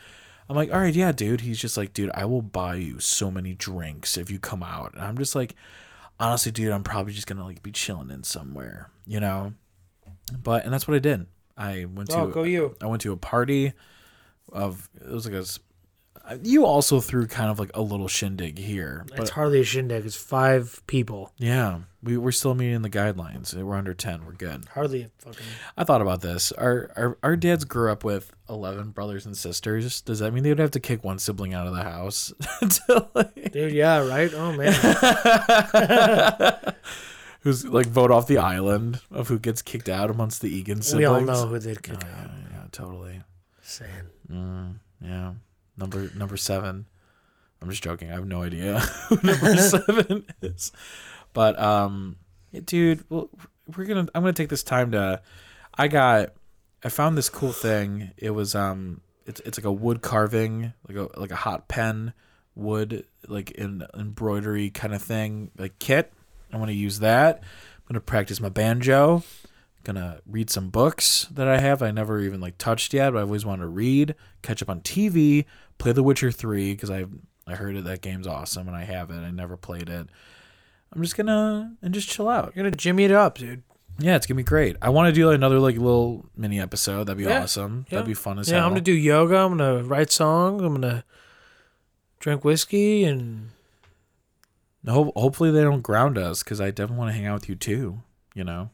[SPEAKER 2] I'm like, all right, yeah, dude. He's just like, dude, I will buy you so many drinks if you come out. And I'm just like, honestly, dude, I'm probably just gonna like be chilling in somewhere, you know. But and that's what I did. I went to
[SPEAKER 3] Oh, go you.
[SPEAKER 2] I went to a party of it was like a. s- You also threw kind of like a little shindig here. but-
[SPEAKER 3] It's hardly a shindig. It's five people.
[SPEAKER 2] yeah, we we're still meeting the guidelines. We're under ten. We're good.
[SPEAKER 3] Hardly a fucking.
[SPEAKER 2] I thought about this. Our our our dads grew up with eleven brothers and sisters. Does that mean they would have to kick one sibling out of the house? to, like-
[SPEAKER 3] Dude, yeah, right? Oh, man.
[SPEAKER 2] who's like vote off the island of who gets kicked out amongst the Egan siblings?
[SPEAKER 3] we all know who they'd kick out.
[SPEAKER 2] Yeah, yeah, totally.
[SPEAKER 3] Saying.
[SPEAKER 2] Mm, yeah, number number seven. I'm just joking. I have no idea who number seven is. But um, yeah, dude, well, we're gonna. I'm gonna take this time to. I got. I found this cool thing. It was um. It's it's like a wood carving, like a like a hot pen wood like in embroidery kind of thing like kit. I'm gonna use that. I'm gonna practice my banjo. Gonna read some books that I have I never even like touched yet, but I've always wanted to read. Catch up on TV. Play The Witcher Three because I I heard it that game's awesome and I have it. I never played it. I'm just gonna and just chill out.
[SPEAKER 3] You're going to jimmy it up, dude.
[SPEAKER 2] Yeah, it's gonna be great. I want to do another like little mini episode. That'd be
[SPEAKER 3] Yeah,
[SPEAKER 2] awesome.
[SPEAKER 3] yeah.
[SPEAKER 2] That'd be fun as
[SPEAKER 3] Yeah,
[SPEAKER 2] hell.
[SPEAKER 3] I'm gonna do yoga. I'm gonna write songs. I'm gonna drink whiskey and
[SPEAKER 2] Ho- hopefully they don't ground us because I definitely want to hang out with you too. You know,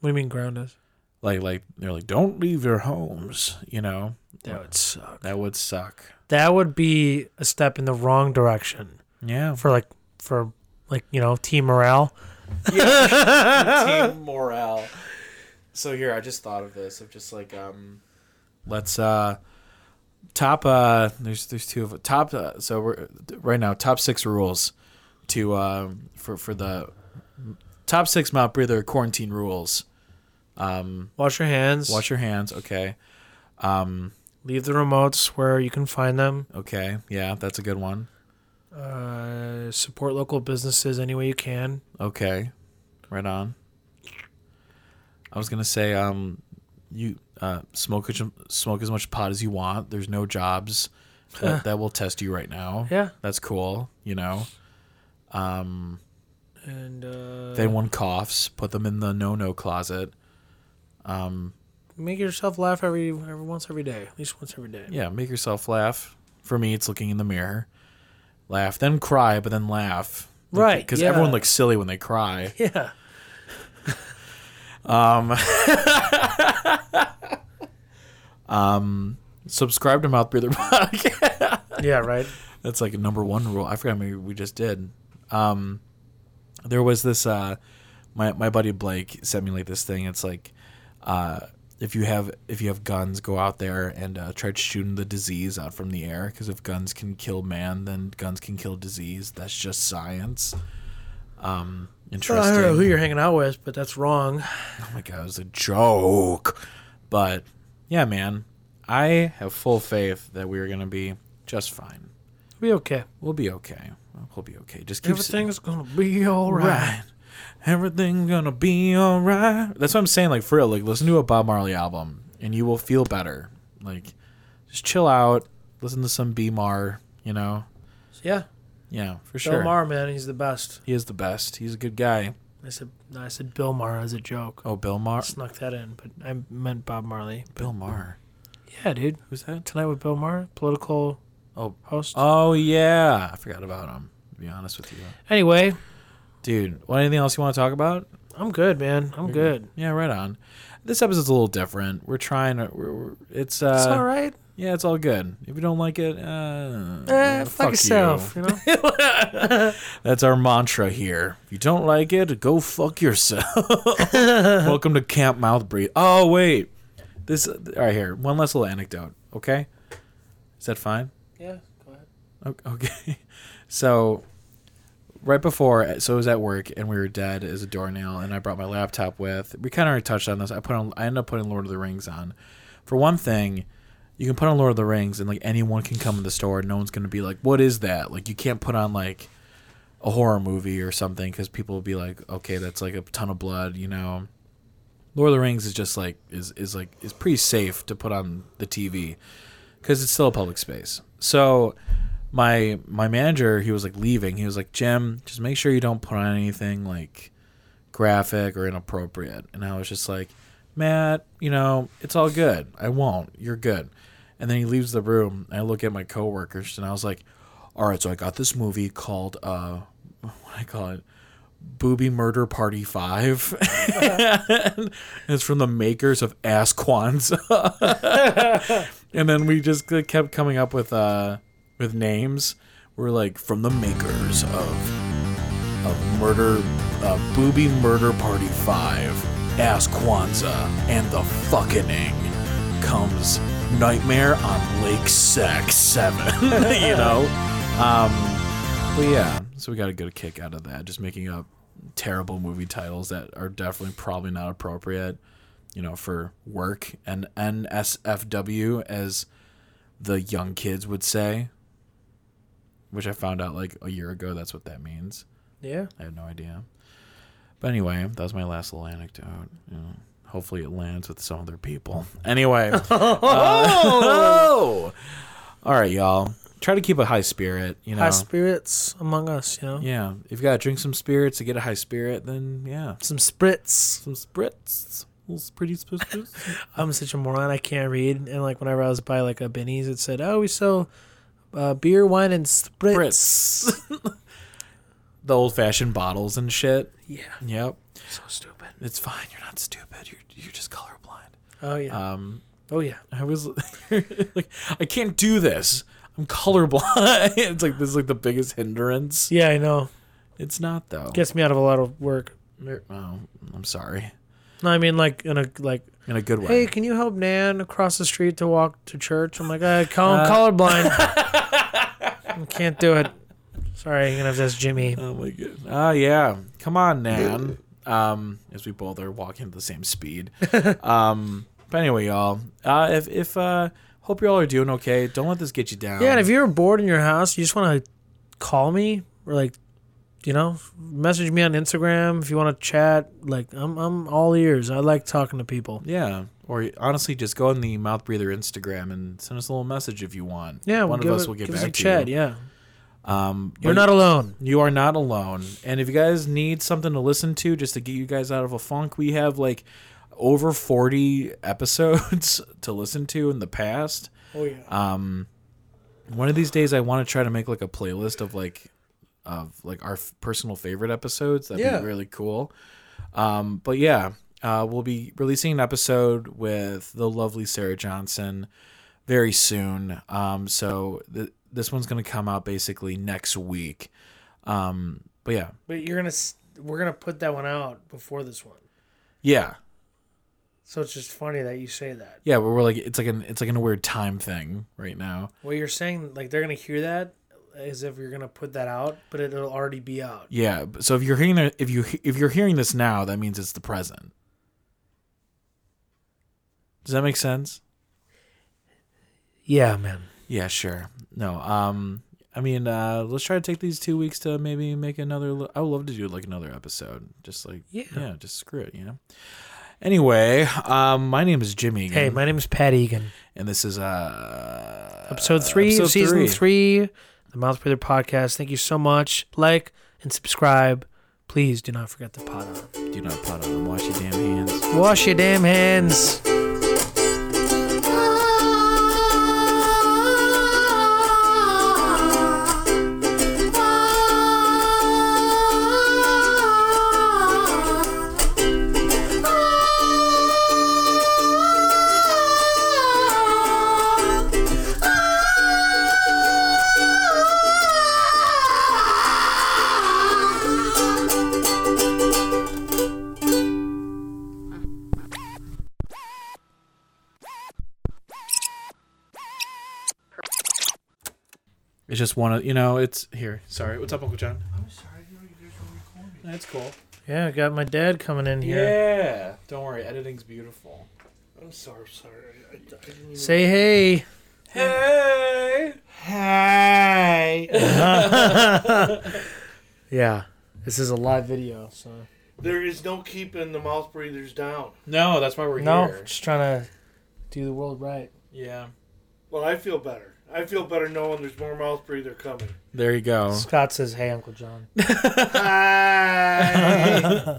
[SPEAKER 3] what do you mean ground us?
[SPEAKER 2] like like they're like don't leave your homes. You know, That would
[SPEAKER 3] suck.
[SPEAKER 2] that would suck.
[SPEAKER 3] That would be a step in the wrong direction
[SPEAKER 2] Yeah,
[SPEAKER 3] for like for like you know team morale.
[SPEAKER 2] team morale. So here, I just thought of this of just like um, let's uh, top uh, there's there's two of top uh, so we're right now top six rules to um for for the top six Mount Breather quarantine rules. Um,
[SPEAKER 3] Wash your hands.
[SPEAKER 2] wash your hands. Okay. Um,
[SPEAKER 3] Leave the remotes where you can find them.
[SPEAKER 2] okay. Yeah, that's a good one.
[SPEAKER 3] Uh, support local businesses any way you can.
[SPEAKER 2] Okay. Right on. I was gonna say, um, you uh, smoke as smoke as much pot as you want. There's no jobs that, that will test you right now.
[SPEAKER 3] Yeah.
[SPEAKER 2] that's cool. You know, um,
[SPEAKER 3] And uh,
[SPEAKER 2] if anyone coughs, put them in the no no closet. Um,
[SPEAKER 3] make yourself laugh every every once every day, at least once every day.
[SPEAKER 2] yeah, make yourself laugh. For me, it's looking in the mirror, laugh, then cry, but then laugh.
[SPEAKER 3] Right,
[SPEAKER 2] because
[SPEAKER 3] yeah.
[SPEAKER 2] everyone looks silly when they cry.
[SPEAKER 3] Yeah.
[SPEAKER 2] Um, Subscribe to Mouth Breather Podcast.
[SPEAKER 3] Yeah, right.
[SPEAKER 2] That's like a number one rule. I forgot maybe we just did. Um, there was this uh, my my buddy Blake sent me like this thing. It's like uh, if you have if you have guns, go out there and uh, try shooting the disease out from the air. Because if guns can kill man, then guns can kill disease. That's just science. Um, interesting.
[SPEAKER 3] I don't know who you're hanging out with, but that's wrong.
[SPEAKER 2] Oh my god, it was a joke. But yeah, man, I have full faith that we are gonna be just fine.
[SPEAKER 3] Be okay.
[SPEAKER 2] We'll be okay. We'll be okay. Just keep
[SPEAKER 3] Everything's gonna be all
[SPEAKER 2] right.
[SPEAKER 3] right.
[SPEAKER 2] Everything's gonna be all right. That's what I'm saying. Like for real, like listen to a Bob Marley album, and you will feel better. Like just chill out, listen to some B Mar. You know,
[SPEAKER 3] Yeah,
[SPEAKER 2] yeah, for
[SPEAKER 3] Bill
[SPEAKER 2] sure.
[SPEAKER 3] Maher, man, he's the best.
[SPEAKER 2] he is the best. He's a good guy.
[SPEAKER 3] I said, no, I said Bill Maher as a joke.
[SPEAKER 2] Oh, Bill Mar.
[SPEAKER 3] Snuck that in, but I meant Bob Marley.
[SPEAKER 2] Bill Mar.
[SPEAKER 3] Yeah, dude.
[SPEAKER 2] Who's that?
[SPEAKER 3] Tonight with Bill Maher, political
[SPEAKER 2] Oh,
[SPEAKER 3] host.
[SPEAKER 2] oh yeah. I forgot about him. To be honest with you.
[SPEAKER 3] anyway,
[SPEAKER 2] Dude, what anything else you want to talk about?
[SPEAKER 3] I'm good, man.
[SPEAKER 2] Mm-hmm.
[SPEAKER 3] I'm good.
[SPEAKER 2] Yeah, right on. This episode's a little different. We're trying to. We're, we're- it's uh,
[SPEAKER 3] It's all right.
[SPEAKER 2] yeah, it's all good. If you don't like it, uh,
[SPEAKER 3] Eh,
[SPEAKER 2] yeah,
[SPEAKER 3] fuck yourself. You, know.
[SPEAKER 2] you. That's our mantra here. If you don't like it, go fuck yourself. Welcome to Camp Mouth Breathe. Oh wait, this all right here. One last little anecdote. Okay, is that fine?
[SPEAKER 3] yeah. Go ahead.
[SPEAKER 2] O- Okay. So right before so I was at work and we were dead as a doornail and I brought my laptop with. We kind of already touched on this. I put on I ended up putting Lord of the Rings on. For one thing, you can put on Lord of the Rings and like anyone can come in the store and no one's going to be like, "What is that?" Like you can't put on like a horror movie or something cuz people will be like, "Okay, that's like a ton of blood, you know." Lord of the Rings is just like is is like is pretty safe to put on the TV because it's still a public space. So my my manager, he was like leaving. He was like, Jim, just make sure you don't put on anything like graphic or inappropriate. And I was just like, Matt, you know, it's all good. I won't. You're good. And then he leaves the room. I look at my coworkers and I was like, all right, so I got this movie called uh what do I call it? Booby Murder Party 5. and it's from the makers of Ass Kwanzaa and then we just like, kept coming up with uh with names. We're like from the makers of of murder, uh, booby murder party five, ass Kwanzaa, and the fucking comes nightmare on Lake Sex seven. you know, um, but yeah, so we got a good kick out of that, just making up terrible movie titles that are definitely probably not appropriate you know, for work and NSFW, as the young kids would say, which I found out like a year ago. That's what that means.
[SPEAKER 3] Yeah.
[SPEAKER 2] I had no idea. But anyway, that was my last little anecdote. You know, hopefully, it lands with some other people. Anyway. oh! All right, y'all. Try to keep a high spirit. You know.
[SPEAKER 3] High spirits among us. You know.
[SPEAKER 2] yeah, if you gotta drink some spirits to get a high spirit, then yeah,
[SPEAKER 3] Some spritz.
[SPEAKER 2] some spritz, little pretty spritz.
[SPEAKER 3] I'm such a moron. I can't read. And like whenever I was by like a Benny's, it said, "Oh, we sell uh, beer, wine, and spritz."
[SPEAKER 2] the old fashioned bottles and shit.
[SPEAKER 3] Yeah.
[SPEAKER 2] Yep.
[SPEAKER 3] So stupid.
[SPEAKER 2] It's fine. You're not stupid. You're you're just colorblind.
[SPEAKER 3] Oh yeah.
[SPEAKER 2] Um
[SPEAKER 3] oh yeah.
[SPEAKER 2] I was like I can't do this. I'm colorblind. it's like this is like the biggest hindrance.
[SPEAKER 3] Yeah, I know.
[SPEAKER 2] It's not though.
[SPEAKER 3] Gets me out of a lot of work.
[SPEAKER 2] oh, I'm sorry.
[SPEAKER 3] No, I mean like in a like.
[SPEAKER 2] In a good way.
[SPEAKER 3] Hey, can you help Nan across the street to walk to church? I'm like, I call him
[SPEAKER 2] Uh.
[SPEAKER 3] colorblind. I can't do it. Sorry, you're gonna have to ask Jimmy.
[SPEAKER 2] Oh my god. Oh yeah. Come on, Nan. Um, as we both are walking at the same speed. um, but anyway, y'all. Uh, if if uh, hope you all are doing okay. Don't let this get you down.
[SPEAKER 3] Yeah, and if you're bored in your house, you just want to call me or like, you know, message me on Instagram if you want to chat. Like, I'm I'm all ears. I like talking to people.
[SPEAKER 2] Yeah. Or honestly, just go on the Mouth Breather Instagram and send us a little message if you want.
[SPEAKER 3] Yeah,
[SPEAKER 2] one of
[SPEAKER 3] give
[SPEAKER 2] us
[SPEAKER 3] it-
[SPEAKER 2] will get
[SPEAKER 3] give
[SPEAKER 2] back
[SPEAKER 3] us a
[SPEAKER 2] to
[SPEAKER 3] chat.
[SPEAKER 2] you.
[SPEAKER 3] Yeah,
[SPEAKER 2] Um,
[SPEAKER 3] you're
[SPEAKER 2] but
[SPEAKER 3] not alone.
[SPEAKER 2] You are not alone. And if you guys need something to listen to just to get you guys out of a funk, we have like over forty episodes to listen to in the past.
[SPEAKER 3] Oh yeah.
[SPEAKER 2] Um, one of these days, I want to try to make like a playlist of like of like our f- personal favorite episodes. That'd
[SPEAKER 3] Yeah.
[SPEAKER 2] be really cool. Um, but yeah, Uh, we'll be releasing an episode with the lovely Sarah Johnson very soon. Um, so th- this one's going to come out basically next week. Um, but yeah,
[SPEAKER 3] But you're gonna s- we're gonna put that one out before this one.
[SPEAKER 2] yeah,
[SPEAKER 3] So it's just funny that you say that.
[SPEAKER 2] yeah. But we're like, it's like an, it's like in a weird time thing right now.
[SPEAKER 3] What you're saying, like they're gonna hear that as if you're gonna put that out, but it'll already be out.
[SPEAKER 2] Yeah. b- So if you're hearing it- if you if you're hearing this now, that means it's the present. Does that make sense?
[SPEAKER 3] Yeah, man.
[SPEAKER 2] Yeah, sure. No, um, I mean, uh, let's try to take these two weeks to maybe make another. li- I would love to do like another episode, just like
[SPEAKER 3] Yeah.
[SPEAKER 2] yeah, just screw it, you know. Anyway, um, my name is Jimmy.
[SPEAKER 3] Hey,
[SPEAKER 2] Egan,
[SPEAKER 3] my name is Pat Egan.
[SPEAKER 2] and this is uh,
[SPEAKER 3] Episode three, of
[SPEAKER 2] episode
[SPEAKER 3] season
[SPEAKER 2] three.
[SPEAKER 3] three. the Mouth Breather podcast. Thank you so much. Like and subscribe. Please do not forget the pot on.
[SPEAKER 2] do not pot on them. Wash your damn hands.
[SPEAKER 3] Wash your damn hands.
[SPEAKER 2] It's just one of you know. It's here. Sorry. What's up, Uncle John? I'm sorry. You guys were recording.
[SPEAKER 3] Yeah, I got my dad coming in
[SPEAKER 2] That's cool.
[SPEAKER 3] here.
[SPEAKER 2] yeah. Don't worry. Editing's beautiful.
[SPEAKER 1] I'm sorry, sorry. I, I didn't even...
[SPEAKER 3] Say hey.
[SPEAKER 2] Hey.
[SPEAKER 1] Hey!
[SPEAKER 3] Yeah, this is a live video, so.
[SPEAKER 1] there is no keeping the mouth breathers down.
[SPEAKER 2] No, that's why we're
[SPEAKER 3] No,
[SPEAKER 2] here.
[SPEAKER 3] just trying to do the world right.
[SPEAKER 2] Yeah.
[SPEAKER 1] Well, I feel better. I feel better knowing there's more mouth breather coming.
[SPEAKER 2] There you go.
[SPEAKER 3] Scott says, "Hey, Uncle John."
[SPEAKER 1] Hi!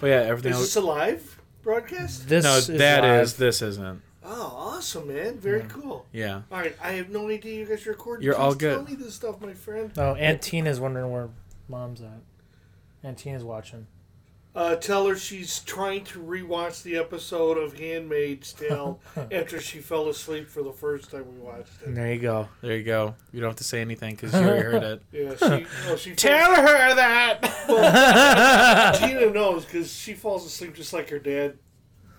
[SPEAKER 2] But yeah, everything.
[SPEAKER 1] is
[SPEAKER 2] else-
[SPEAKER 1] this a live broadcast?
[SPEAKER 3] This
[SPEAKER 2] no,
[SPEAKER 3] is
[SPEAKER 2] that
[SPEAKER 3] live.
[SPEAKER 2] is. This isn't.
[SPEAKER 1] Mm-hmm. Oh, awesome, man. Very cool.
[SPEAKER 2] Yeah.
[SPEAKER 1] All right, I have no idea you guys are recording.
[SPEAKER 2] You're
[SPEAKER 1] Please
[SPEAKER 2] all
[SPEAKER 1] Tell
[SPEAKER 2] good.
[SPEAKER 1] me this stuff, my friend.
[SPEAKER 3] Oh, Aunt Tina's wondering where mom's at. Aunt Tina's watching.
[SPEAKER 1] Uh, tell her she's trying to rewatch the episode of Handmaid's Tale after she fell asleep for the first time we watched it.
[SPEAKER 3] There you go.
[SPEAKER 2] There you go. You don't have to say anything because you already heard it.
[SPEAKER 1] Yeah, she. Oh, she.
[SPEAKER 2] Tell her that.
[SPEAKER 1] Tina knows because she falls asleep just like her dad.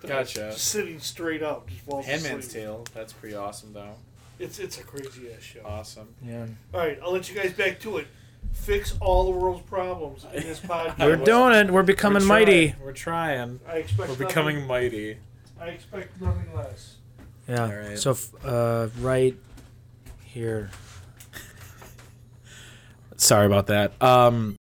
[SPEAKER 2] Gotcha.
[SPEAKER 1] Sitting straight up, just falls
[SPEAKER 2] Handman's
[SPEAKER 1] asleep.
[SPEAKER 2] Tale. That's pretty awesome, though.
[SPEAKER 1] It's it's a crazy ass show.
[SPEAKER 2] Awesome.
[SPEAKER 3] Yeah,
[SPEAKER 1] All right, I'll let you guys back to it. Fix all the world's problems in this podcast.
[SPEAKER 3] we're doing it. We're becoming
[SPEAKER 2] We're
[SPEAKER 3] mighty.
[SPEAKER 2] trying. We're trying.
[SPEAKER 1] I expect
[SPEAKER 2] We're
[SPEAKER 1] nothing-
[SPEAKER 2] becoming mighty.
[SPEAKER 1] I expect nothing less.
[SPEAKER 3] Yeah.
[SPEAKER 2] All right.
[SPEAKER 3] So, f- uh, right here.
[SPEAKER 2] Sorry about that. Um.